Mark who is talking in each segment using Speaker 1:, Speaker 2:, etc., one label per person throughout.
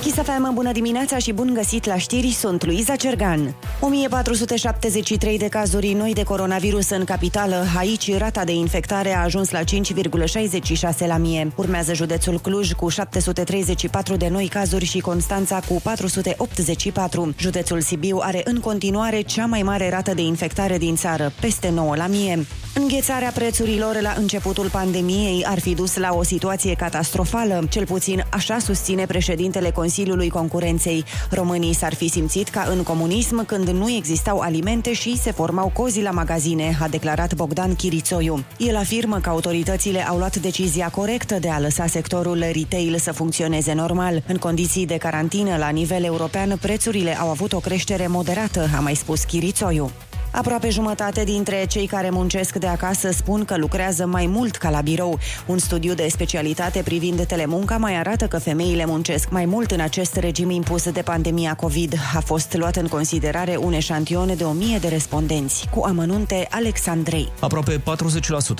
Speaker 1: Kiss FM, bună dimineața și bun găsit la știri, sunt Luiza Cergan. 1473 de cazuri noi de coronavirus în capitală, aici rata de infectare a ajuns la 5,66 la mie. Urmează județul Cluj cu 734 de noi cazuri și Constanța cu 484. Județul Sibiu are în continuare cea mai mare rată de infectare din țară, peste 9 la mie. Înghețarea prețurilor la începutul pandemiei ar fi dus la o situație catastrofală, cel puțin așa susține președintele Consiliului Concurenței. Românii s-ar fi simțit ca în comunism când nu existau alimente și se formau cozi la magazine, a declarat Bogdan Chirițoiu. El afirmă că autoritățile au luat decizia corectă de a lăsa sectorul retail să funcționeze normal. În condiții de carantină la nivel european, prețurile au avut o creștere moderată, a mai spus Chirițoiu. Aproape jumătate dintre cei care muncesc de acasă spun că lucrează mai mult ca la birou. Un studiu de specialitate privind telemunca mai arată că femeile muncesc mai mult în acest regim impus de pandemia COVID. A fost luat în considerare un eșantion de 1000 de respondenți, cu amănunte Alexandrei.
Speaker 2: Aproape 40%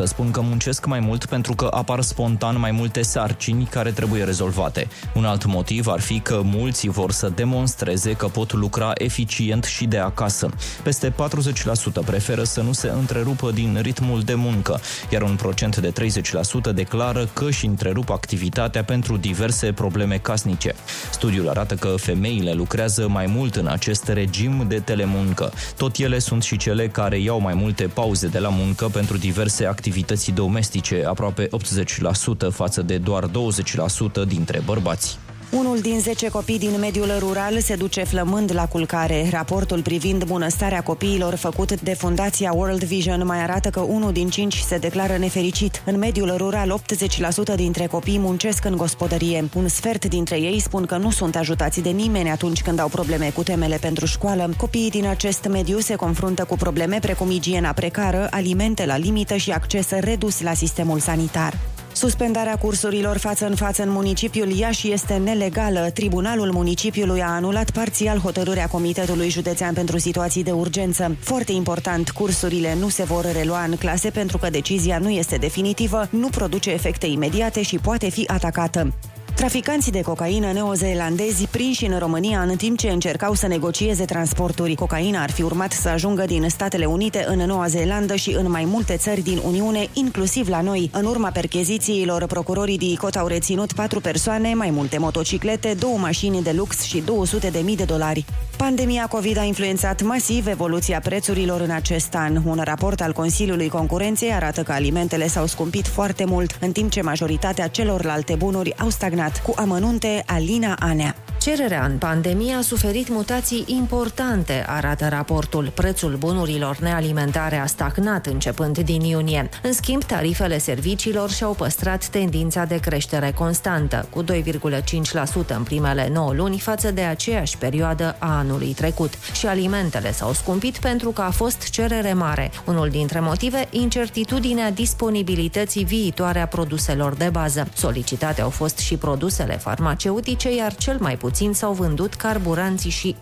Speaker 2: spun că muncesc mai mult pentru că apar spontan mai multe sarcini care trebuie rezolvate. Un alt motiv ar fi că mulți vor să demonstreze că pot lucra eficient și de acasă. Peste 40 30% preferă să nu se întrerupă din ritmul de muncă, iar un procent de 30% declară că își întrerup activitatea pentru diverse probleme casnice. Studiul arată că femeile lucrează mai mult în acest regim de telemuncă. Tot ele sunt și cele care iau mai multe pauze de la muncă pentru diverse activități domestice, aproape 80% față de doar 20% dintre bărbați.
Speaker 1: Unul din 10 copii din mediul rural se duce flămând la culcare. Raportul privind bunăstarea copiilor făcut de Fundația World Vision mai arată că unul din 5 se declară nefericit. În mediul rural, 80% dintre copii muncesc în gospodărie. Un sfert dintre ei spun că nu sunt ajutați de nimeni atunci când au probleme cu temele pentru școală. Copiii din acest mediu se confruntă cu probleme precum igiena precară, alimente la limită și acces redus la sistemul sanitar. Suspendarea cursurilor față în față în municipiul Iași este nelegală. Tribunalul municipiului a anulat parțial hotărârea Comitetului Județean pentru Situații de Urgență. Foarte important, cursurile nu se vor relua în clase pentru că decizia nu este definitivă, nu produce efecte imediate și poate fi atacată. Traficanții de cocaină neozeelandezi prinși în România în timp ce încercau să negocieze transporturi. Cocaina ar fi urmat să ajungă din Statele Unite în Noua Zeelandă și în mai multe țări din Uniune, inclusiv la noi. În urma perchezițiilor, procurorii de ICOT au reținut patru persoane, mai multe motociclete, două mașini de lux și 200 de mii de dolari. Pandemia COVID a influențat masiv evoluția prețurilor în acest an. Un raport al Consiliului Concurenței arată că alimentele s-au scumpit foarte mult, în timp ce majoritatea celorlalte bunuri au stagnat terminat cu amănunte Alina Anea.
Speaker 3: Cererea în pandemie a suferit mutații importante, arată raportul. Prețul bunurilor nealimentare a stagnat începând din iunie. În schimb, tarifele serviciilor și-au păstrat tendința de creștere constantă, cu 2,5% în primele 9 luni față de aceeași perioadă a anului trecut. Și alimentele s-au scumpit pentru că a fost cerere mare. Unul dintre motive, incertitudinea disponibilității viitoare a produselor de bază. Solicitate au fost și produsele farmaceutice, iar cel mai puțin puțin s-au vândut carburanții și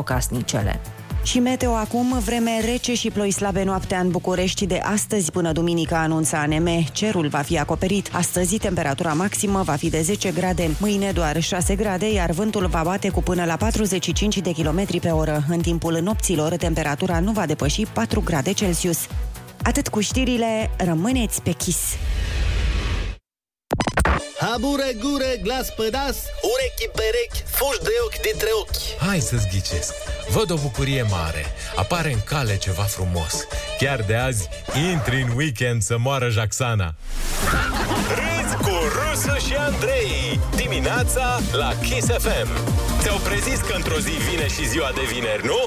Speaker 3: electrocasnicele.
Speaker 1: Și meteo acum, vreme rece și ploi slabe noaptea în București de astăzi până duminică, anunța ANM. Cerul va fi acoperit. Astăzi temperatura maximă va fi de 10 grade, mâine doar 6 grade, iar vântul va bate cu până la 45 de km pe oră. În timpul nopților, temperatura nu va depăși 4 grade Celsius. Atât cu știrile, rămâneți pe chis!
Speaker 4: Habure, gură, glas pe nas, urechi perechi, fugi de ochi dintre ochi.
Speaker 5: Hai să-ți ghicesc. Văd o bucurie mare. Apare în cale ceva frumos. Chiar de azi, intri în weekend să moară Jaxana.
Speaker 4: Râzi cu Rusu și Andrei. Dimineața la Kiss FM. Ți-au prezis că într-o zi vine și ziua de vineri, nu?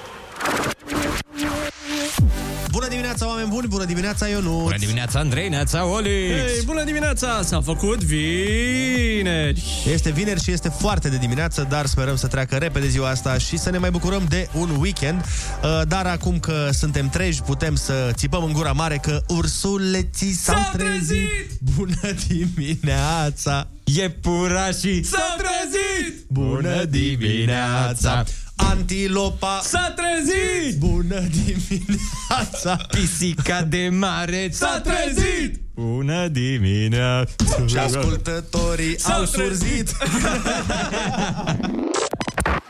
Speaker 6: Bună dimineața, oameni buni! Bună dimineața, Ionuț!
Speaker 7: Bună dimineața, Andrei, neața, Oli!
Speaker 8: Ei, bună dimineața! S-a făcut vineri!
Speaker 6: Este vineri și este foarte de dimineață, dar sperăm să treacă repede ziua asta și să ne mai bucurăm de un weekend. Uh, Dar acum că suntem treji, putem să țipăm în gura mare că ursuleții s-au, s-au trezit! trezit! Bună dimineața!
Speaker 7: Iepurașii
Speaker 8: s-au trezit!
Speaker 6: Bună dimineața! Antilopa
Speaker 8: S-a trezit!
Speaker 6: Bună dimineața!
Speaker 7: Pisica de mare
Speaker 8: S-a trezit!
Speaker 7: Bună dimineața!
Speaker 6: Și ascultătorii s-a au trezit. surzit!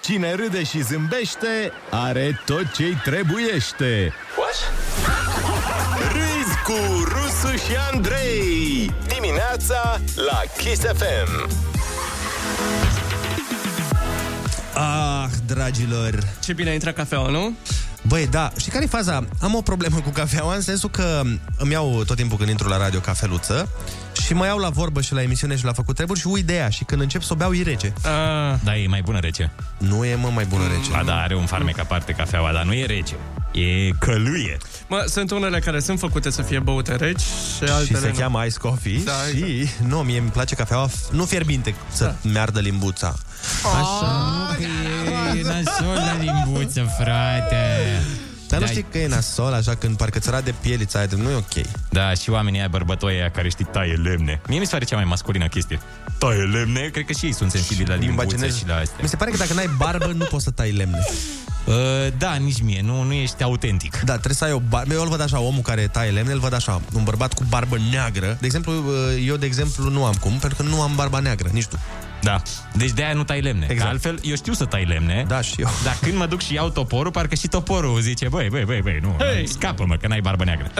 Speaker 9: Cine râde și zâmbește, are tot ce-i trebuiește.
Speaker 4: What? Râzi cu Rusu și Andrei Dimineața la Kiss FM
Speaker 6: Ah, dragilor
Speaker 8: Ce bine a intrat cafeaua, nu?
Speaker 6: Băi, da, și care e faza? Am o problemă cu cafeaua în sensul că îmi iau tot timpul când intru la radio cafeluță și mă iau la vorbă și la emisiune și la făcut treburi și uit de ea și când încep să o beau e rece.
Speaker 8: Ah,
Speaker 7: Da, e mai bună rece.
Speaker 6: Nu e, mă, mai bună rece.
Speaker 7: Ba da, are un farmec aparte cafeaua, dar nu e rece. E căluie.
Speaker 8: mă, sunt unele care sunt făcute să fie băute reci și altele
Speaker 6: și se
Speaker 8: nu.
Speaker 6: cheamă Ice Coffee da,
Speaker 8: Da,
Speaker 6: și, nu, mie îmi place cafeaua, f- nu fierbinte, să da. meardă limbuța.
Speaker 7: Așa că e nasol la limbuță, frate.
Speaker 6: Dar nu
Speaker 7: Da.
Speaker 6: știi că e nasol, așa, când parcă ți de pielița aia, de- nu e ok.
Speaker 7: Da, și oamenii aia bărbătoi aia care știi taie lemne. Mie mi se pare cea mai masculină chestie. Taie lemne, cred că și ei sunt sensibili la
Speaker 6: Limba
Speaker 7: limbuțe
Speaker 6: geneză.
Speaker 7: și la astea.
Speaker 6: Mi se pare că dacă n-ai barbă, nu poți să tai lemne.
Speaker 7: Uh, da, nici mie, nu, nu ești autentic.
Speaker 6: Da, trebuie să ai o barbă. Eu îl văd așa, omul care taie lemne, îl văd așa, un bărbat cu barbă neagră. De exemplu, uh, eu, de exemplu, nu am cum, pentru că nu am barba neagră, nici tu.
Speaker 7: Da. Deci de aia nu tai lemne.
Speaker 6: Exact.
Speaker 7: Exact. Altfel, eu știu să tai lemne.
Speaker 6: Da, și eu.
Speaker 7: Dar când mă duc și iau toporul, parcă și toporul zice, băi, băi, băi, băi, nu, hey. scapă-mă, că n-ai barbă neagră.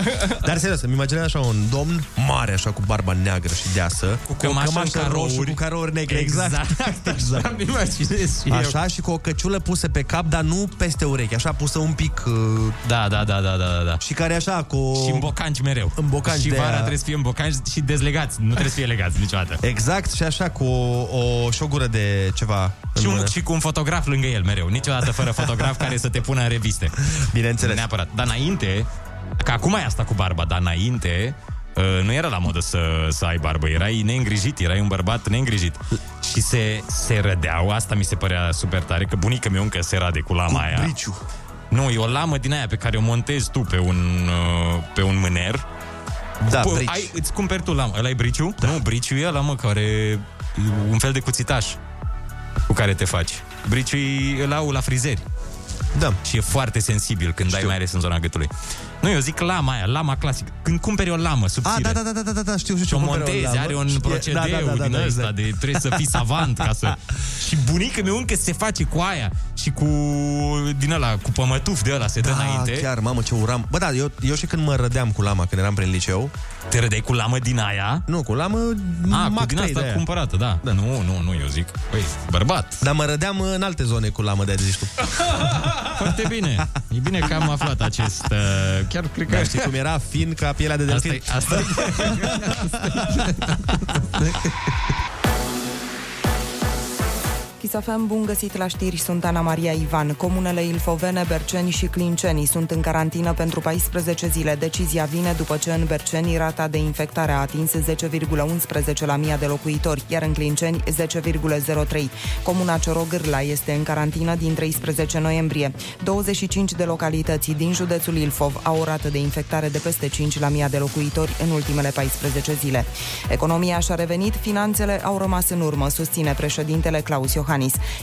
Speaker 6: Dar serios, îmi imaginez așa un domn mare, așa, cu barba neagră și deasă. Cu
Speaker 7: cămașă în carouri.
Speaker 6: roșu, cu carouri negre.
Speaker 7: exact.
Speaker 6: Exact.
Speaker 7: Am imaginez și eu.
Speaker 6: Așa și cu o căciulă pusă pe cap, dar nu peste urechi, așa pusă un pic uh,
Speaker 7: Da, da, da, da, da, da, da.
Speaker 6: și care așa cu...
Speaker 7: Și în bocanci mereu.
Speaker 6: În bocanci
Speaker 7: și
Speaker 6: de
Speaker 7: vara
Speaker 6: aia.
Speaker 7: trebuie să fie în bocanci și dezlegați. Nu trebuie să fie legați niciodată.
Speaker 6: Exact, și așa cu o, o șogură de ceva în
Speaker 7: Și
Speaker 6: mână.
Speaker 7: un, și cu un fotograf lângă el mereu. Niciodată fără fotograf care să te pună în reviste.
Speaker 6: Bineînțeles.
Speaker 7: Neapărat. Dar înainte, că acum e asta cu barba, dar înainte uh, nu era la modă să, să ai barbă, erai neîngrijit, erai un bărbat neîngrijit. Și se, se rădeau, asta mi se părea super tare, că bunica mea încă se rade cu lama aia.
Speaker 6: Briciu.
Speaker 7: Nu, e o lamă din aia pe care o montezi tu pe un, uh, pe un mâner.
Speaker 6: Da,
Speaker 7: Bă,
Speaker 6: brici.
Speaker 7: ai, îți cumperi tu lamă. Ăla e briciu? Da. Nu, briciu e ăla, mă, care e un fel de cuțitaș cu care te faci. Briciu e ăla la frizeri
Speaker 6: Da.
Speaker 7: și e foarte sensibil când Știu. ai mai ales în zona gâtului. Nu, eu zic lama aia, lama clasică. Când cumperi o lamă subțire,
Speaker 6: A, da, da, da, da, da, da, știu, știu.
Speaker 7: și o
Speaker 6: cumpăr
Speaker 7: montezi,
Speaker 6: lamă.
Speaker 7: are un
Speaker 6: Știe-
Speaker 7: procedeu da, da, da, da, din ăsta
Speaker 6: exact.
Speaker 7: de trebuie să fii savant ca să... Și bunica mea încă se face cu aia și cu din ăla, cu pămătuf de ăla se dă
Speaker 6: Da,
Speaker 7: înainte.
Speaker 6: chiar, mamă, ce uram. Bă, da, eu, eu și când mă rădeam cu lama, când eram prin liceu,
Speaker 7: Te rădeai cu lamă din aia.
Speaker 6: nu, cu lamă,
Speaker 7: A,
Speaker 6: Mac
Speaker 7: Ah, cu din
Speaker 6: 3
Speaker 7: asta
Speaker 6: de aia.
Speaker 7: cumpărată, da. da. Nu, nu, nu, eu zic. Păi, bărbat.
Speaker 6: Dar mă rădeam în alte zone cu lamă de zici tu.
Speaker 7: Foarte bine. E bine că am aflat acest... Uh, chiar cred că...
Speaker 6: Dar știi cum era fin ca pielea de
Speaker 7: Asta
Speaker 6: delfin?
Speaker 7: e, asta e.
Speaker 10: Chisafem, bun găsit la știri, sunt Ana Maria Ivan. Comunele Ilfovene, Berceni și Clincenii sunt în carantină pentru 14 zile. Decizia vine după ce în Berceni rata de infectare a atins 10,11 la mia de locuitori, iar în Clinceni 10,03. Comuna Ciorogârla este în carantină din 13 noiembrie. 25 de localități din județul Ilfov au o rată de infectare de peste 5 la mia de locuitori în ultimele 14 zile. Economia și-a revenit, finanțele au rămas în urmă, susține președintele Claus Iohannis.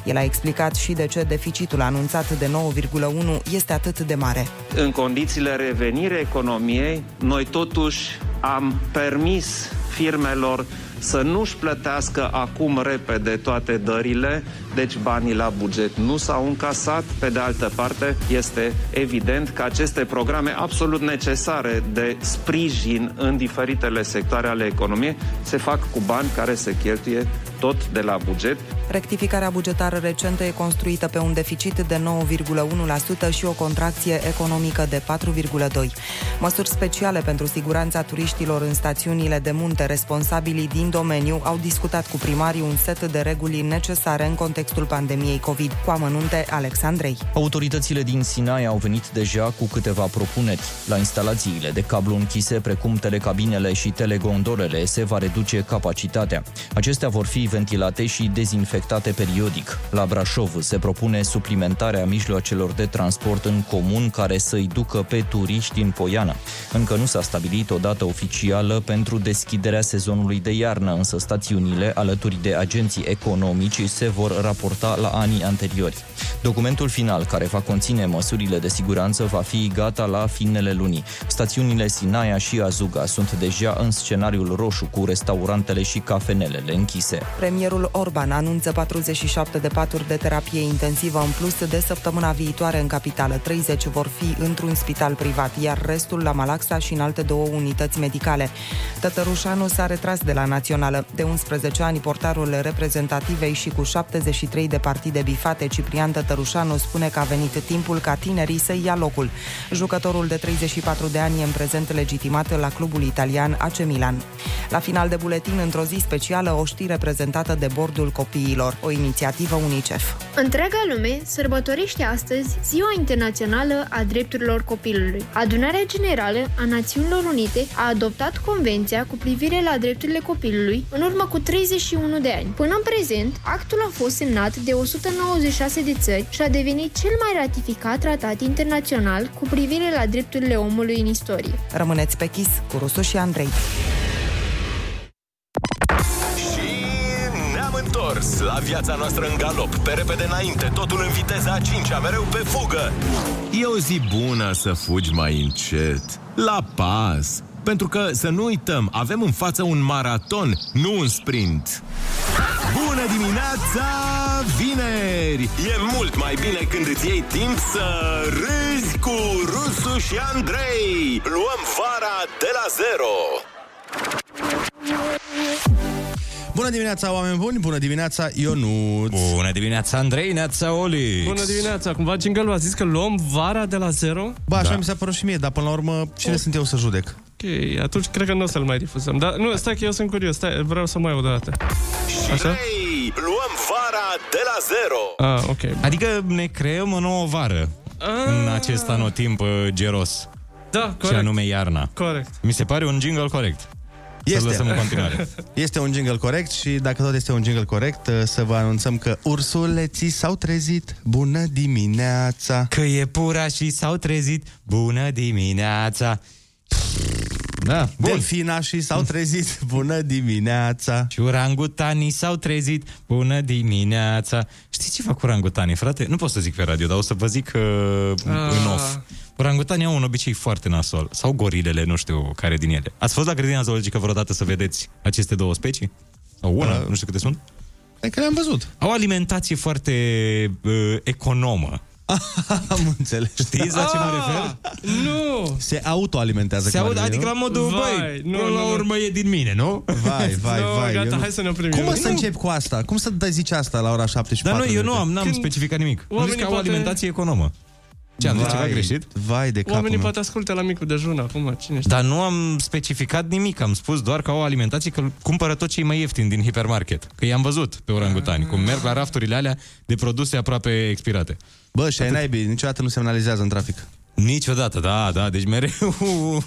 Speaker 10: El a explicat și de ce deficitul anunțat de 9,1 este atât de mare.
Speaker 11: în condițiile revenire economiei, noi totuși am permis firmelor să nu-și plătească acum repede toate dările, deci banii la buget nu s-au încasat. Pe de altă parte, este evident că aceste programe absolut necesare de sprijin în diferitele sectoare ale economiei se fac cu bani care se cheltuie tot de la buget.
Speaker 10: Rectificarea bugetară recentă e construită pe un deficit de 9,1% și o contracție economică de 4,2%. Măsuri speciale pentru siguranța turiștilor în stațiunile de munte responsabilii din domeniu au discutat cu primarii un set de reguli necesare în contextul pandemiei COVID. Cu amănunte, Alexandrei.
Speaker 2: Autoritățile din Sinai au venit deja cu câteva propuneri. La instalațiile de cablu închise, precum telecabinele și telegondolele, se va reduce capacitatea. Acestea vor fi ventilate și dezinfectate periodic. La Brașov se propune suplimentarea mijloacelor de transport în comun care să-i ducă pe turiști în Poiana. Încă nu s-a stabilit o dată oficială pentru deschiderea sezonului de iarnă, însă stațiunile, alături de agenții economici, se vor raporta raporta la anii anteriori. Documentul final, care va conține măsurile de siguranță, va fi gata la finele lunii. Stațiunile Sinaia și Azuga sunt deja în scenariul roșu cu restaurantele și cafenelele închise.
Speaker 10: Premierul Orban anunță 47 de paturi de terapie intensivă în plus de săptămâna viitoare în capitală. 30 vor fi într-un spital privat, iar restul la Malaxa și în alte două unități medicale. Tătărușanu s-a retras de la Națională. De 11 ani, portarul reprezentativei și cu 73 de partide bifate, Ciprian Tătărușanu spune că a venit timpul ca tinerii să ia locul. Jucătorul de 34 de ani e în prezent legitimat la clubul italian AC Milan. La final de buletin, într-o zi specială, o știre prezentată de Bordul Copiilor, o inițiativă UNICEF.
Speaker 12: Întreaga lume sărbătorește astăzi Ziua Internațională a Drepturilor Copilului. Adunarea Generală a Națiunilor Unite a adoptat convenția cu privire la drepturile copilului în urmă cu 31 de ani. Până în prezent, actul a fost semnat de 196 de țări și a devenit cel mai ratificat tratat internațional cu privire la drepturile omului în istorie.
Speaker 10: Rămâneți pe chis cu Rusu și Andrei.
Speaker 4: Ne-am întors la viața noastră în galop, pe repede înainte, totul în viteza a 5 mereu pe fugă.
Speaker 9: E o zi bună să fugi mai încet, la pas. Pentru că, să nu uităm, avem în față un maraton, nu un sprint.
Speaker 4: Bună dimineața, vineri! E mult mai bine când îți iei timp să râzi cu Rusu și Andrei. Luăm vara de la zero.
Speaker 6: Bună dimineața, oameni buni! Bună dimineața, Ionut!
Speaker 7: Bună dimineața, Andrei, neața, Oli!
Speaker 8: Bună dimineața! Cumva Jingle a zis că luăm vara de la zero?
Speaker 6: Ba, așa da. mi s-a părut și mie, dar până la urmă, cine
Speaker 8: O-
Speaker 6: sunt eu să judec?
Speaker 8: Ok, atunci cred că nu o să-l mai difuzăm. Dar nu, stai că eu sunt curios, stai, vreau să mai aud o dată. Așa?
Speaker 4: Ei, luăm vara de la zero.
Speaker 8: Ah, ok. Ah.
Speaker 7: Adică ne creăm o nouă vară în acest anotimp uh, geros.
Speaker 8: Da,
Speaker 7: Și
Speaker 8: corect.
Speaker 7: anume iarna.
Speaker 8: Corect.
Speaker 7: Mi se pare un jingle corect. Să-l lăsăm în continuare.
Speaker 6: este un jingle corect și dacă tot este un jingle corect, uh, să vă anunțăm că ursuleții s-au trezit. Bună dimineața!
Speaker 7: Că e pura și s-au trezit. Bună dimineața! Da, bun.
Speaker 6: Delfina și s-au trezit. Bună dimineața!
Speaker 7: Și urangutanii s-au trezit. Bună dimineața! Știi ce fac urangutanii, frate? Nu pot să zic pe radio, dar o să vă zic uh, în
Speaker 8: Ah.
Speaker 7: off. Urangutanii au un obicei foarte nasol. Sau gorilele, nu știu care din ele. Ați fost la grădina zoologică vreodată să vedeți aceste două specii? Sau una, nu știu câte sunt?
Speaker 6: E Da. că le-am văzut.
Speaker 7: Au alimentație foarte uh, economă.
Speaker 6: Am înțeles. Ah!
Speaker 7: Știți la ce mă refer?
Speaker 8: Nu!
Speaker 6: Se autoalimentează.
Speaker 7: Se aud, adică la modul,
Speaker 8: Vai,
Speaker 7: băi,
Speaker 8: nu,
Speaker 7: până
Speaker 8: nu,
Speaker 7: la
Speaker 8: nu.
Speaker 7: urmă e din mine, nu?
Speaker 6: Vai, vai,
Speaker 8: Nu,
Speaker 6: vai.
Speaker 8: gata,
Speaker 6: eu nu-
Speaker 8: hai să ne oprim,
Speaker 6: Cum mă
Speaker 8: Ionut.
Speaker 6: să începi cu asta? Cum să dai zici asta la ora 7 și
Speaker 7: Dar nu,
Speaker 6: 4
Speaker 7: eu nu
Speaker 6: minute?
Speaker 7: am, n-am
Speaker 8: Când-
Speaker 7: specificat nimic. Am zis
Speaker 8: Oamenii
Speaker 7: că au
Speaker 8: poate-
Speaker 7: alimentație economă. Ce, am zis ceva
Speaker 6: Vai,
Speaker 7: greșit?
Speaker 6: Vai de capul
Speaker 8: Oamenii
Speaker 6: meu.
Speaker 8: poate ascultă la micul dejun acum, cine știe.
Speaker 7: Dar nu am specificat nimic, am spus doar că au alimentație că cumpără tot ce e mai ieftin din hipermarket. Că i-am văzut pe orangutani, cum merg la rafturile alea de produse aproape expirate.
Speaker 6: Bă, și ai naibii, niciodată nu semnalizează în trafic.
Speaker 7: Niciodată, da, da, deci mereu...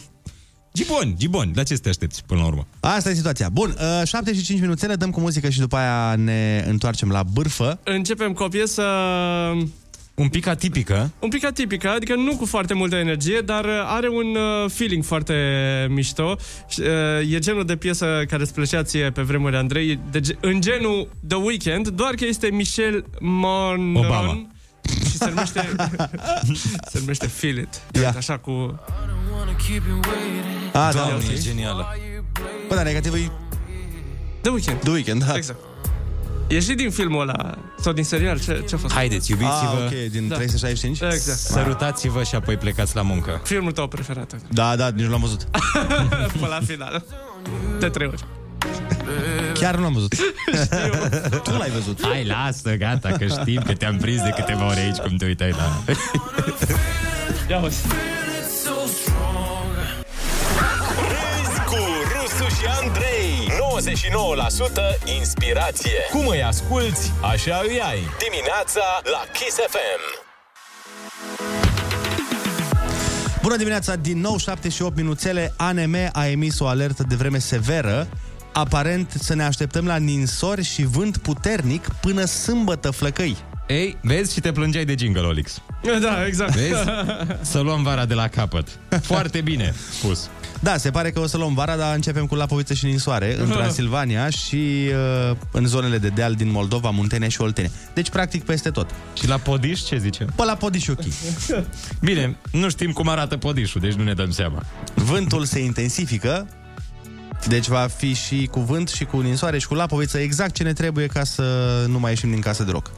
Speaker 7: Giboni, giboni, la ce să te aștepți până la urmă?
Speaker 6: Asta e situația. Bun, uh, 7 și 5 minutele, dăm cu muzică și după aia ne întoarcem la bârfă.
Speaker 8: Începem cu o piesă
Speaker 7: Un pic atipică,
Speaker 8: un pic atipică, adică nu cu foarte multă energie, dar uh, are un uh, feeling foarte mișto. Și, uh, E genul de piesă care îți plăcea ție pe vremuri, Andrei, de, ge- în genul The Weeknd, doar că este Michel Monron.
Speaker 7: Obama.
Speaker 8: Și se numește, se numește Feel It. Ia
Speaker 6: Ia.
Speaker 8: uite, Așa cu...
Speaker 6: Ah, da.
Speaker 7: doamne, e genială.
Speaker 6: Bă, dar negativul e
Speaker 8: The Weeknd.
Speaker 6: de weekend, da.
Speaker 8: Exact. E și din filmul ăla, sau din serial, ce, ce a fost?
Speaker 7: Haideți, iubiți-vă,
Speaker 6: Ah, ok, din
Speaker 8: Da.
Speaker 6: 365?
Speaker 8: Exact.
Speaker 7: sărutați-vă și apoi plecați la muncă.
Speaker 8: Filmul tău preferat, Andrei,
Speaker 6: Da, da, nici nu l-am văzut.
Speaker 8: până la final. De trei ori.
Speaker 6: Chiar nu l-am văzut. tu l-ai văzut.
Speaker 7: Hai, lasă, gata, că știm că te-am prins de câteva ori aici cum te uitai da. la...
Speaker 8: Ia uite.
Speaker 4: Râzi cu Rusu și Andrei 99% inspirație Cum îi asculti, așa îi ai Dimineața la Kiss FM
Speaker 6: Bună dimineața, din nou 7 și 8 minuțele. ANM a emis o alertă de vreme severă. Aparent să ne așteptăm la ninsori și vânt puternic până sâmbătă flăcăi.
Speaker 7: Ei, vezi și te plângeai de jingle, Olix.
Speaker 8: Da, exact.
Speaker 7: Vezi? Să luăm vara de la capăt. Foarte bine spus.
Speaker 6: Da, se pare că o să luăm vara, dar începem cu Lapoviță și Ninsoare, în Transilvania și uh, în zonele de deal din Moldova, Muntenia și Oltenia. Deci, practic, peste tot.
Speaker 7: Și la Podiș, ce zice?
Speaker 6: Pe la Podiș, ok.
Speaker 7: Bine, nu știm cum arată Podișul, deci nu ne dăm seama.
Speaker 6: Vântul se intensifică, deci va fi și cu vânt, și cu ninsoare, și cu lapoviță, exact ce ne trebuie ca să nu mai ieșim din casă deloc.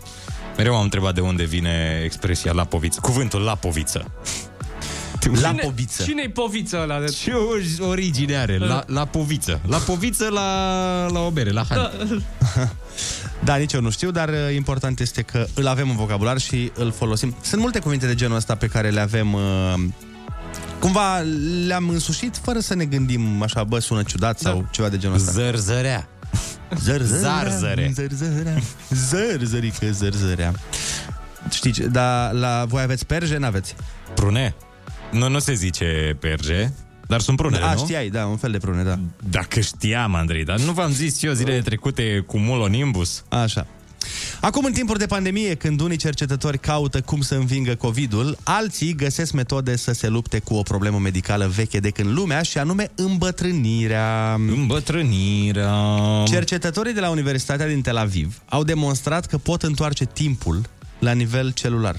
Speaker 7: Mereu am întrebat de unde vine expresia lapoviță, cuvântul lapoviță.
Speaker 8: Cine- Cine-i poviță ăla? De...
Speaker 7: Ce o- origine are? La, la poviță. La poviță la, la o bere, la han.
Speaker 6: Da, nici eu nu știu, dar uh, important este că îl avem în vocabular și îl folosim. Sunt multe cuvinte de genul ăsta pe care le avem... uh, Cumva le-am însușit fără să ne gândim așa, bă, sună ciudat sau
Speaker 7: Da.
Speaker 6: ceva de genul ăsta.
Speaker 7: Zărzărea. Zarzăre.
Speaker 6: Zărzărea. Zărzărică, zărzărea. Știi, ce- dar la voi aveți perje, n-aveți?
Speaker 7: Prune. Nu, nu se zice perge, dar sunt prunele,
Speaker 6: A,
Speaker 7: nu?
Speaker 6: știai, da, un fel de prune, da.
Speaker 7: Dacă știam, Andrei, dar nu v-am zis eu zilele trecute cu Mulonimbus?
Speaker 6: Așa. Acum, în timpuri de pandemie, când unii cercetători caută cum să învingă COVID-ul, alții găsesc metode să se lupte cu o problemă medicală veche de când lumea, și anume îmbătrânirea.
Speaker 7: Îmbătrânirea.
Speaker 6: Cercetătorii de la Universitatea din Tel Aviv au demonstrat că pot întoarce timpul la nivel celular.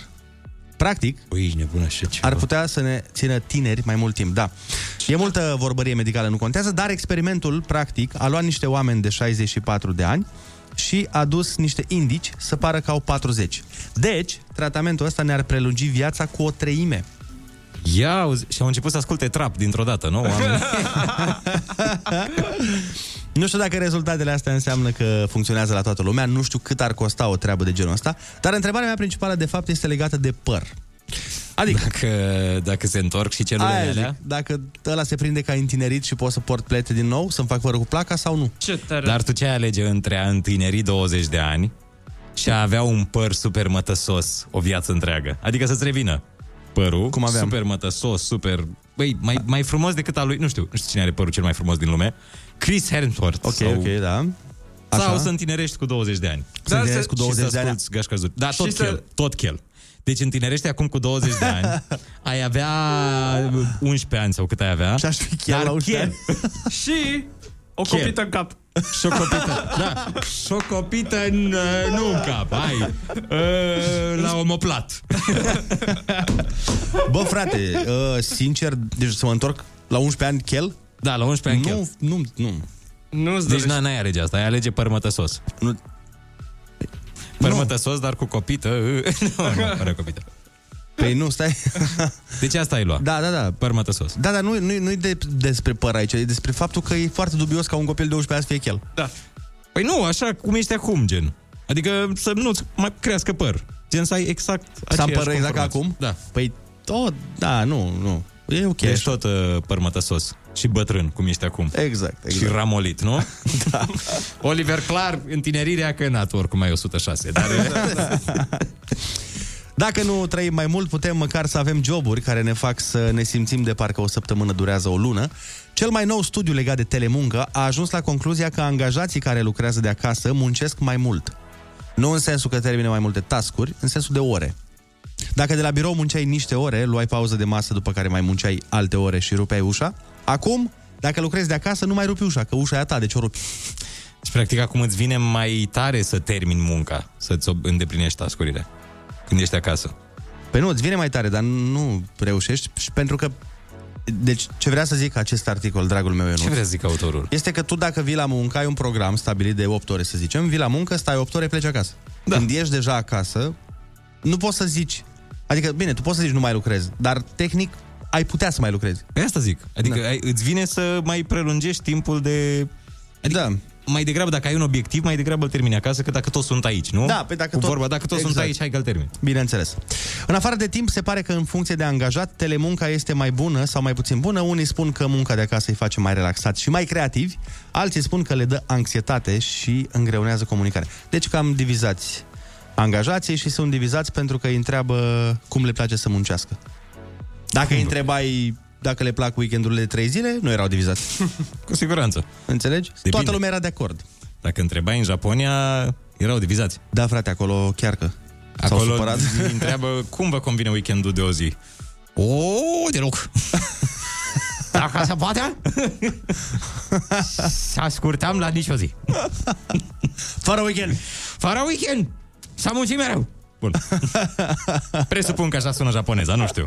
Speaker 6: Practic,
Speaker 7: Ui, Păi, nebun așa ceva.
Speaker 6: ar putea să ne țină tineri mai mult timp, da. E multă vorbărie medicală, nu contează, dar experimentul, practic, a luat niște oameni de 64 de ani și a dus niște indici să pară că au 40. Deci, tratamentul ăsta ne-ar prelungi viața cu o treime.
Speaker 7: Ia, auzi, și au început să asculte trap dintr-o dată, nu? Oamenii.
Speaker 6: Nu știu dacă rezultatele astea înseamnă că funcționează la toată lumea, nu știu cât ar costa o treabă de genul ăsta, dar întrebarea mea principală, de fapt, este legată de păr. Adică...
Speaker 7: Dacă, dacă se întorc și celulele
Speaker 6: Aia
Speaker 7: alea.
Speaker 6: zic, dacă ăla se prinde ca întinerit și pot să port plete din nou, să-mi fac părul cu placa sau nu?
Speaker 8: Ce tare.
Speaker 7: Dar tu ce ai alege între a întineri 20 de ani și a avea un păr super mătăsos o viață întreagă? Adică să-ți revină părul, Cum
Speaker 6: aveam.
Speaker 7: super mătăsos, super... Băi, mai, mai frumos decât al lui... Nu știu, nu știu cine are părul cel mai frumos din lume. Chris Hemsworth. Ok, sau...
Speaker 6: ok, da.
Speaker 7: Așa. Sau
Speaker 6: Așa.
Speaker 7: să întinerești cu 20 de ani.
Speaker 6: Să întinerești cu 20 de ani.
Speaker 7: Și să asculți Gașca Zurb. Da,
Speaker 6: Și
Speaker 7: tot
Speaker 6: să-
Speaker 7: chel, tot chel. Deci întinerești acum cu 20 de ani, ai avea 11 ani sau cât ai avea. Și
Speaker 6: aș fi chiar
Speaker 7: dar
Speaker 6: la 11
Speaker 7: chel.
Speaker 8: Și o
Speaker 7: Chel.
Speaker 8: copită în cap.
Speaker 7: Și o copită, da. Și o copită în, uh, nu în cap, ai. Uh, La omoplat.
Speaker 6: Bă, frate, uh, sincer, deci să mă întorc la 11 ani chel?
Speaker 7: Da, la 11 ani
Speaker 6: nu, chel. Nu, nu.
Speaker 8: Nu-ți
Speaker 7: Deci
Speaker 8: dorești.
Speaker 7: n ai alege asta, ai alege părmătăsos.
Speaker 6: Nu.
Speaker 7: Părmătăsos, dar cu copită. uh, Nu, nu, fără copită.
Speaker 6: Păi nu, stai.
Speaker 7: Deci asta ai luat.
Speaker 6: Da, da, da.
Speaker 7: Părmătăsos.
Speaker 6: Da, dar nu, nu, nu e de, despre păr aici, e despre faptul că e foarte dubios ca un copil de 11 ani să fie chel.
Speaker 8: Da.
Speaker 7: Păi nu, așa cum ești acum, gen. Adică să nu-ți mai crească păr. Gen să ai exact
Speaker 6: Să am
Speaker 7: aceeași
Speaker 6: păr exact ca acum?
Speaker 7: conformație. Da.
Speaker 6: Păi, tot, da, nu, nu. E ok.
Speaker 7: Ești tot uh, părmătăsos și bătrân, cum ești acum.
Speaker 6: Exact, exact.
Speaker 7: Și ramolit, nu? da. Oliver, clar, întinerirea că na, tu oricum ai 106, dar... uh,
Speaker 6: Dacă nu trăim mai mult, putem măcar să avem joburi care ne fac să ne simțim de parcă o săptămână durează o lună. Cel mai nou studiu legat de telemuncă a ajuns la concluzia că angajații care lucrează de acasă muncesc mai mult. Nu în sensul că termină mai multe tascuri, în sensul de ore. Dacă de la birou munceai niște ore, luai pauză de masă după care mai munceai alte ore și rupeai ușa, acum, dacă lucrezi de acasă, nu mai rupi ușa, că ușa e a ta, deci o rupi.
Speaker 7: Și practic acum îți vine mai tare să termin munca, să-ți o- îndeplinești tascurile când ești acasă.
Speaker 6: Păi nu, îți vine mai tare, dar nu reușești și pentru că... Deci, ce vrea să zic acest articol, dragul meu, Ionuț?
Speaker 7: Ce vrea să zic autorul?
Speaker 6: Este că tu dacă vii la muncă, ai un program stabilit de 8 ore, să zicem, vii la muncă, stai 8 ore, pleci acasă. Da. Când ești deja acasă, nu poți să zici... Adică, bine, tu poți să zici nu mai lucrezi, dar tehnic ai putea să mai lucrezi.
Speaker 7: Pe asta zic. Adică da. ai, îți vine să mai prelungești timpul de...
Speaker 6: Adică da.
Speaker 7: Mai degrabă, dacă ai un obiectiv, mai degrabă îl termini acasă, că dacă toți sunt aici, nu?
Speaker 6: Da, păi dacă
Speaker 7: Cu
Speaker 6: tot-
Speaker 7: vorba, dacă toți
Speaker 6: exact.
Speaker 7: sunt aici, hai că îl termin.
Speaker 6: Bineînțeles. În afară de timp, se pare că în funcție de angajat, telemunca este mai bună sau mai puțin bună. Unii spun că munca de acasă îi face mai relaxați și mai creativi, alții spun că le dă anxietate și îngreunează comunicarea. Deci cam divizați angajații și sunt divizați pentru că îi întreabă cum le place să muncească. Dacă îi întrebai dacă le plac weekendurile de trei zile, nu erau divizați.
Speaker 7: Cu siguranță.
Speaker 6: Înțelegi? Depinde. Deci, Toată lumea era de acord.
Speaker 7: Dacă întrebai în Japonia, erau divizați.
Speaker 6: Da, frate, acolo chiar că. S-au
Speaker 7: Acolo
Speaker 6: supărat?
Speaker 7: îi întreabă cum vă convine weekendul de o zi. O, deloc. Dacă se poate, să scurtam la nicio zi. Fără weekend. Fără weekend. S-a muncit mereu. Bun. Presupun că așa sună japoneza, nu știu.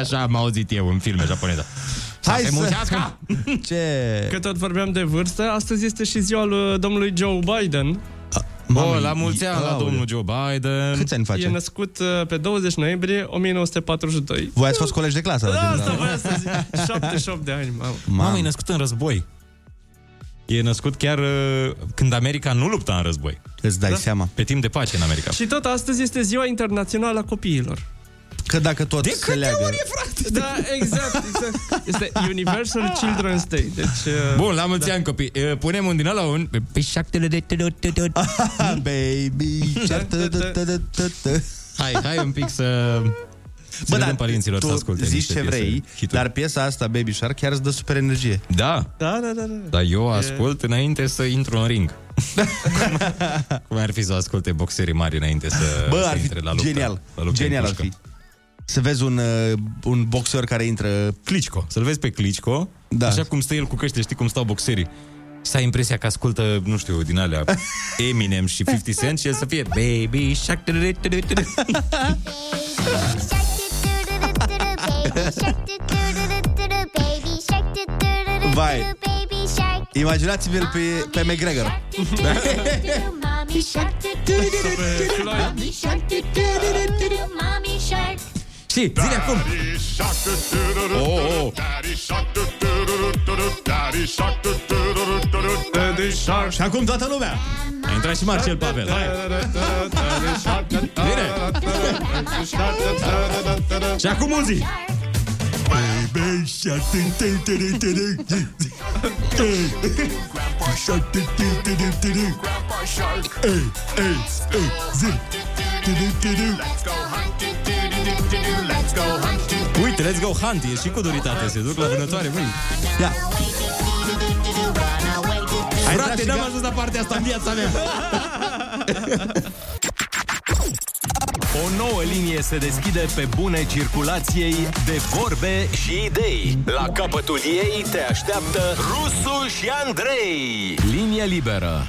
Speaker 7: Așa am auzit eu în filme japoneza. Să se muncească!
Speaker 6: Ce?
Speaker 8: Că tot vorbeam de vârstă, astăzi este și ziua lui uh, domnului Joe Biden.
Speaker 7: Bă, la mulți ani, la domnul Joe Biden.
Speaker 6: Câți ani
Speaker 8: E născut uh, pe 20 noiembrie 1942.
Speaker 6: Voi ați fost colegi de clasă.
Speaker 8: Da, asta voiam să zic. 78 de ani, mamă.
Speaker 7: Mamă, e născut în război. E născut chiar uh, când America nu lupta în război.
Speaker 6: Îți dai
Speaker 8: Da.
Speaker 6: seama.
Speaker 7: Pe timp de pace în America.
Speaker 8: Și tot astăzi este ziua internațională a copiilor.
Speaker 6: Că dacă tot de se leagă... Ori
Speaker 8: frate? Da, exact, exact. Este Universal Children's Day. Deci, uh,
Speaker 7: Bun, la mulți da. ani, copii. Uh, Punem un din ăla un... Pe șaptele de...
Speaker 6: Baby,
Speaker 7: Hai, hai un pic să... Să le Uh, dăm părinților
Speaker 6: tu
Speaker 7: să asculte
Speaker 6: zici
Speaker 7: niște
Speaker 6: ce
Speaker 7: piese,
Speaker 6: vrei, dar piesa asta, Baby Shark, chiar îți dă super energie.
Speaker 7: Da,
Speaker 8: Da, da, da. da.
Speaker 7: dar eu ascult înainte să intru în ring. Cum ar fi să asculte boxerii mari înainte să,
Speaker 6: Bă,
Speaker 7: să
Speaker 6: ar fi
Speaker 7: intre la luptă,
Speaker 6: genial.
Speaker 7: La luptă în
Speaker 6: Genial ar
Speaker 7: pușcă.
Speaker 6: fi. Să vezi un, uh, un boxer care intră...
Speaker 7: Clicico. Să-l vezi pe Clicico, da. așa cum stă el cu căștile, știi cum stau boxerii. Și să ai impresia că ascultă, nu știu, din alea Eminem și 50 Cent și el să fie Baby Shark
Speaker 6: Vai. Imaginați-vi-l pe, pe McGregor.
Speaker 7: Și zine acum
Speaker 13: Oh, oh.
Speaker 7: Și acum toată lumea A intrat și Marcel Pavel, hai
Speaker 6: Da.
Speaker 8: Da,
Speaker 7: Bine Și acum mulți Uite, let's go hunt, e și cu duritate Se duc la vânătoare, măi
Speaker 6: Ia.
Speaker 7: Frate, n-am ajuns la partea asta în viața mea
Speaker 9: O nouă linie se deschide pe bune circulației de vorbe și idei. La capătul ei te așteaptă Rusu și Andrei. Linie liberă.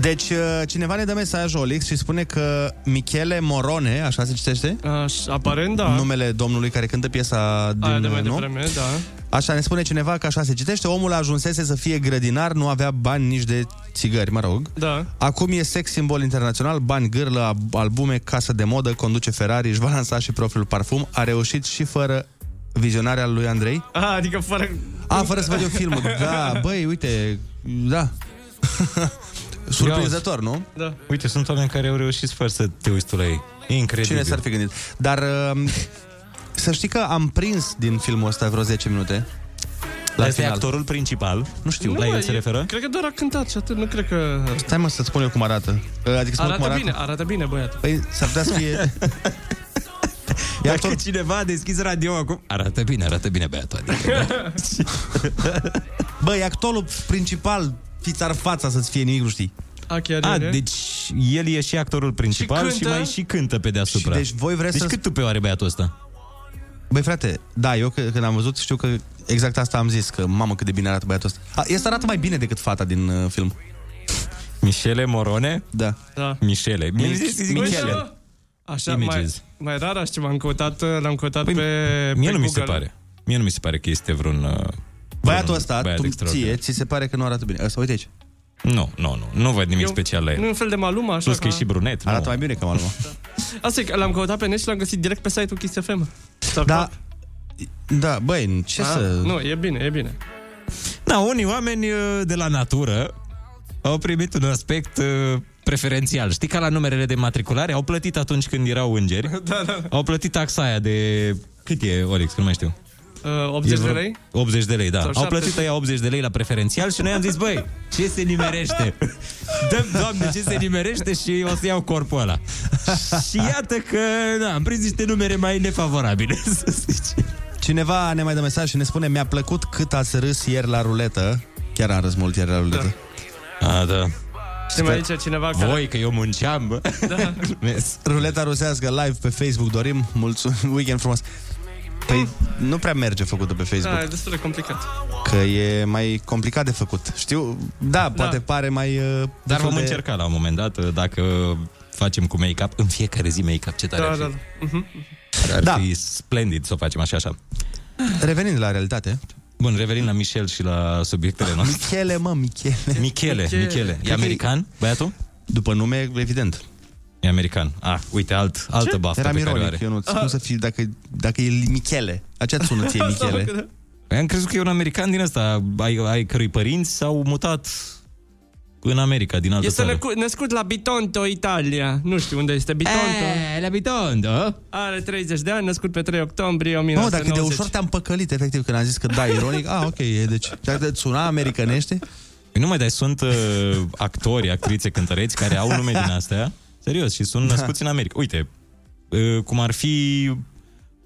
Speaker 6: Deci, uh, cineva ne dă mesaj Olix și spune că Michele Morone, așa se citește?
Speaker 8: Aș, aparent, da.
Speaker 6: Numele domnului care cântă piesa din...
Speaker 8: Aia de mai
Speaker 6: nu?
Speaker 8: devreme, da.
Speaker 6: Așa ne spune cineva că așa se citește Omul ajunsese să fie grădinar, nu avea bani nici de țigări, mă rog
Speaker 8: Da.
Speaker 6: Acum e sex simbol internațional, bani, gârlă, ab- albume, casă de modă Conduce Ferrari, își va lansa și propriul parfum A reușit și fără vizionarea lui Andrei
Speaker 8: A, adică fără...
Speaker 6: A, fără să văd eu filmul, da, băi, uite, da Surprinzător, nu?
Speaker 8: Da.
Speaker 7: Uite, sunt oameni care au reușit fără să te uiți tu la ei. E incredibil.
Speaker 6: Cine s-ar fi gândit? Dar um, să știi că am prins din filmul ăsta vreo 10 minute la
Speaker 7: Ăsta e
Speaker 6: final.
Speaker 7: actorul principal.
Speaker 6: Nu știu,
Speaker 8: mă, e- Cred că doar a cântat și atât, nu cred că...
Speaker 6: Stai mă să-ți spun eu cum arată. Adică să cum
Speaker 8: Arată
Speaker 6: arată.
Speaker 8: bine, arată bine, băiat.
Speaker 6: Păi s-ar putea să fie...
Speaker 7: Dacă cineva a deschis radio acum... Arată bine, arată bine băiatul. Adică.
Speaker 6: Bă, e actorul principal, fiți ar fața să-ți fie nimic, nu știi.
Speaker 8: A, chiar
Speaker 7: a,
Speaker 8: e,
Speaker 7: deci el e și actorul principal și,
Speaker 8: cântă.
Speaker 7: mai și cântă pe deasupra.
Speaker 6: Și deci voi vreți
Speaker 7: deci
Speaker 6: să-
Speaker 7: cât tu pe are băiatul ăsta?
Speaker 6: Băi frate, da, eu că- când am văzut știu că exact asta am zis, că mamă cât de bine arată băiatul ăsta. A, este arată mai bine decât fata din uh, film.
Speaker 7: Michele Morone?
Speaker 6: Da.
Speaker 8: da.
Speaker 7: Michele.
Speaker 6: Păi
Speaker 7: Mi-ai zis, zic,
Speaker 8: Uite,
Speaker 7: Michele.
Speaker 8: mă, da. Așa, mai,
Speaker 7: Images.
Speaker 8: mai rar așa, m-am căutat, l-am căutat păi, pe,
Speaker 7: Mie
Speaker 8: pe
Speaker 7: nu mi se
Speaker 8: Google.
Speaker 7: pare. Mie nu mi se pare că este vreun... uh,
Speaker 6: Băiatul
Speaker 7: vreun
Speaker 6: ăsta,
Speaker 7: băiat
Speaker 6: tu, ție,
Speaker 7: extraordinar.
Speaker 6: ți se pare că nu arată bine. Asta, uite aici.
Speaker 7: Nu, nu, nu. Nu văd nimic
Speaker 8: Eu-
Speaker 7: special la el.
Speaker 8: Nu e un fel de maluma, așa.
Speaker 7: Plus că e
Speaker 8: ca-
Speaker 7: și brunet.
Speaker 6: Arată
Speaker 7: nu.
Speaker 6: mai bine ca Maluma.
Speaker 8: Asta e, că l-am căutat pe net și l-am găsit direct pe site-ul Kiss FM. Sau
Speaker 6: Da, da, băi, ce
Speaker 8: A,
Speaker 6: să...
Speaker 8: Ah, Nu, e bine, e bine.
Speaker 7: Da, unii oameni uh, de la natură au primit un aspect uh, preferențial. Știi, ca la numerele de matriculare, au plătit atunci când erau îngeri.
Speaker 8: Da, da.
Speaker 7: Au plătit taxa aia de... Cât e, Olix? Nu mai știu.
Speaker 8: Uh,
Speaker 7: E
Speaker 8: 80 de
Speaker 7: vreo
Speaker 8: lei?
Speaker 7: 80 de lei, da.
Speaker 8: Sau
Speaker 7: Au
Speaker 8: 70.
Speaker 7: plătit aia 80 de lei la preferențial și noi am zis, băi, ce se nimerește? Dăm, doamne, ce se nimerește și o să iau corpul ăla. și iată că, da, am prins niște numere mai nefavorabile, să zicem.
Speaker 6: Cineva ne mai dă mesaj și ne spune Mi-a plăcut cât ați râs ieri la ruletă Chiar am râs mult ieri la ruletă
Speaker 7: A, da.
Speaker 8: Și Da. mai zice cineva care...
Speaker 7: Voi, că eu munceam.
Speaker 8: Da.
Speaker 6: Ruleta rusească live pe Facebook, dorim. Mulțumim, weekend frumos. Păi nu prea merge făcută pe Facebook.
Speaker 8: Da, e destul de complicat.
Speaker 6: Că e mai complicat de făcut. Știu, da, poate
Speaker 7: Da.
Speaker 6: pare mai... uh,
Speaker 7: Dar
Speaker 6: destul
Speaker 7: vom
Speaker 6: de...
Speaker 7: încerca la un moment dat, uh, dacă facem cu make-up, în fiecare zi make-up, ce tare
Speaker 6: Da,
Speaker 7: ar fi.
Speaker 6: da,
Speaker 7: Mhm. Ar da. fi splendid să o facem așa, așa.
Speaker 6: Revenind la realitate.
Speaker 7: Bun, revenind la Michel și la subiectele noastre.
Speaker 6: Michele, mă, Michele.
Speaker 7: Michele, Michele. Michele. E american, băiatul?
Speaker 6: După nume, evident.
Speaker 7: E american. Ah, uite, alt, altă baftă
Speaker 6: Eram
Speaker 7: pe care o
Speaker 6: ironic,
Speaker 7: are.
Speaker 6: eu nu cum să fii, dacă, dacă e Michele. Aceea sună ție Michele.
Speaker 7: Păi am crezut că e un american din ăsta, ai, ai cărui părinți s-au mutat în America, din altă
Speaker 8: Este
Speaker 7: țară.
Speaker 8: năcu- născut la Bitonto, Italia. Nu știu unde este Bitonto. E,
Speaker 7: la Bitonto.
Speaker 8: Are 30 de ani, născut pe 3 octombrie
Speaker 6: Nu, dacă
Speaker 8: 1990.
Speaker 6: de ușor te-am păcălit, efectiv, când am zis că da, ironic, a, ok, e, deci, dacă te suna americanește,
Speaker 7: Păi Nu mai dai, sunt uh, actori, actrițe, cântăreți care au nume din astea. Serios, și sunt
Speaker 6: Da.
Speaker 7: născuți în America. Uite, uh, cum ar fi...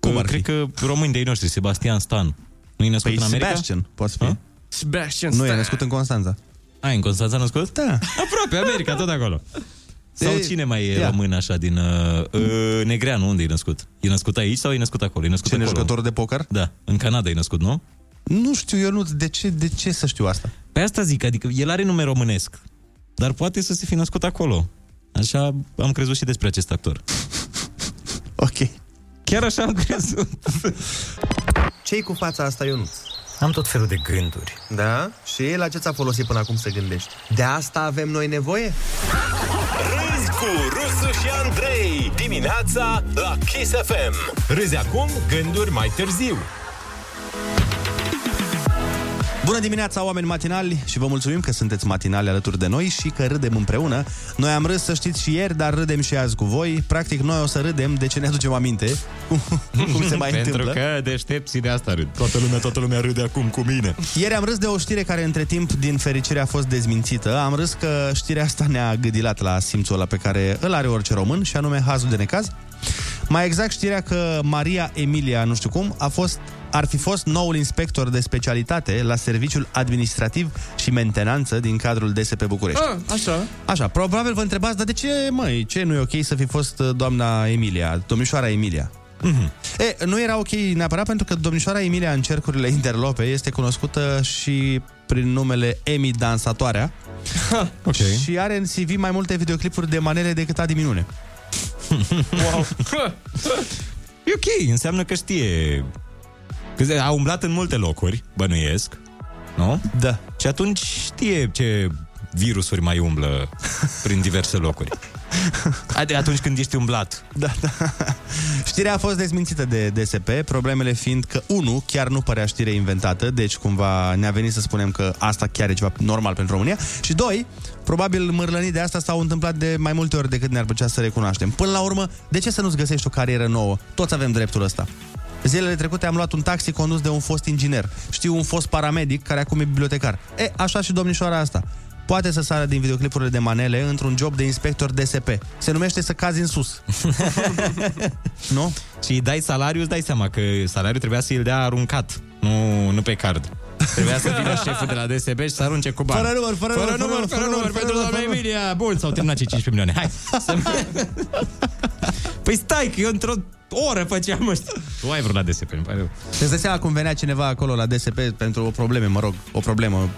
Speaker 7: Cum ar cred că români de ei noștri, Sebastian Stan. Nu e născut
Speaker 6: Păi
Speaker 7: în America?
Speaker 6: Sebastian, poate fi.
Speaker 8: Sebastian
Speaker 6: nu e
Speaker 7: Stan.
Speaker 6: născut în Constanța.
Speaker 7: Ai, în Constanța născut?
Speaker 6: Da.
Speaker 7: Aproape, America, tot acolo. Sau
Speaker 6: E-
Speaker 7: cine mai e
Speaker 6: ia.
Speaker 7: român așa din... Uh, uh, Negreanu, unde e născut? E născut aici sau e născut acolo? E născut
Speaker 6: Cine,
Speaker 7: acolo.
Speaker 6: jucător de poker?
Speaker 7: Da, în Canada e născut, nu?
Speaker 6: Nu știu, eu nu, de ce, de ce să știu asta?
Speaker 7: Pe asta zic, adică el are nume românesc, dar poate să se fi născut acolo. Așa am crezut și despre acest actor.
Speaker 6: ok.
Speaker 7: Chiar așa am crezut.
Speaker 6: ce cu fața asta, Ionuț?
Speaker 14: Am tot felul de gânduri.
Speaker 6: Da? Și la ce ți-a folosit până acum să gândești? De asta avem noi nevoie?
Speaker 4: Râzi cu Rusu și Andrei Dimineața la Kiss FM
Speaker 5: Râzi acum, gânduri mai târziu.
Speaker 6: Bună dimineața, oameni matinali, și vă mulțumim că sunteți matinali alături de noi și că râdem împreună. Noi am râs, să știți, și ieri, dar râdem și azi cu voi. Practic, noi o să râdem de ce ne aducem aminte, cum, cum se mai
Speaker 7: Pentru
Speaker 6: întâmplă.
Speaker 7: că deștepții de asta râd. Toată lumea, toată lumea râde acum cu mine.
Speaker 6: Ieri am râs de o știre care între timp, din fericire, a fost dezmințită. Am râs că știrea asta ne-a gâdilat la simțul ăla pe care îl are orice român, și anume hazul de necaz. Mai exact știrea că Maria Emilia, nu știu cum, a fost, ar fi fost noul inspector de specialitate la Serviciul Administrativ și Mentenanță din cadrul DSP București.
Speaker 8: Ah, așa.
Speaker 6: Așa, probabil vă întrebați, dar de ce, măi, ce nu e ok să fi fost uh, doamna Emilia, domnișoara Emilia? E, nu era ok neapărat pentru că domnișoara Emilia în cercurile interlope este cunoscută și prin numele Emi Dansatoarea
Speaker 7: Ok.
Speaker 6: și are în CV mai multe videoclipuri de manele decât Adi Minune.
Speaker 7: Wow. e ok, înseamnă că știe. Că a umblat în multe locuri, bănuiesc. Nu?
Speaker 6: Da.
Speaker 7: Și atunci știe ce virusuri mai umblă prin diverse locuri. Ade- Atunci când ești umblat.
Speaker 6: Da, da. Știrea a fost dezmințită de DSP, problemele fiind că, unu, chiar nu părea știre inventată, deci cumva ne-a venit să spunem că asta chiar e ceva normal pentru România, și doi, probabil mârlănii de asta s-au întâmplat de mai multe ori decât ne-ar plăcea să recunoaștem. Până la urmă, de ce să nu-ți găsești o carieră nouă? Toți avem dreptul ăsta. Zilele trecute am luat un taxi condus de un fost inginer. Știu un fost paramedic care acum e bibliotecar. E, așa și domnișoara asta. Poate să sară din videoclipurile de manele într-un job de inspector DSP. Se numește să cazi în sus. nu?
Speaker 7: Și îi dai salariu, îți dai seama că salariul trebuia să îl dea aruncat, nu, nu pe card. Trebuia să vină șeful de la DSB și să arunce cu bani.
Speaker 6: Fără număr, fără număr, fără număr, fără număr,
Speaker 7: pentru
Speaker 6: fără
Speaker 7: doamna
Speaker 6: număr.
Speaker 7: Emilia. Bun, s-au terminat cei 15 milioane. Hai. să- păi stai, că eu într-o oră făceam ăsta. Tu ai vrut la DSP, îmi pare rău.
Speaker 6: Îți dai seama cum venea cineva acolo la DSP pentru o problemă, mă rog, o problemă.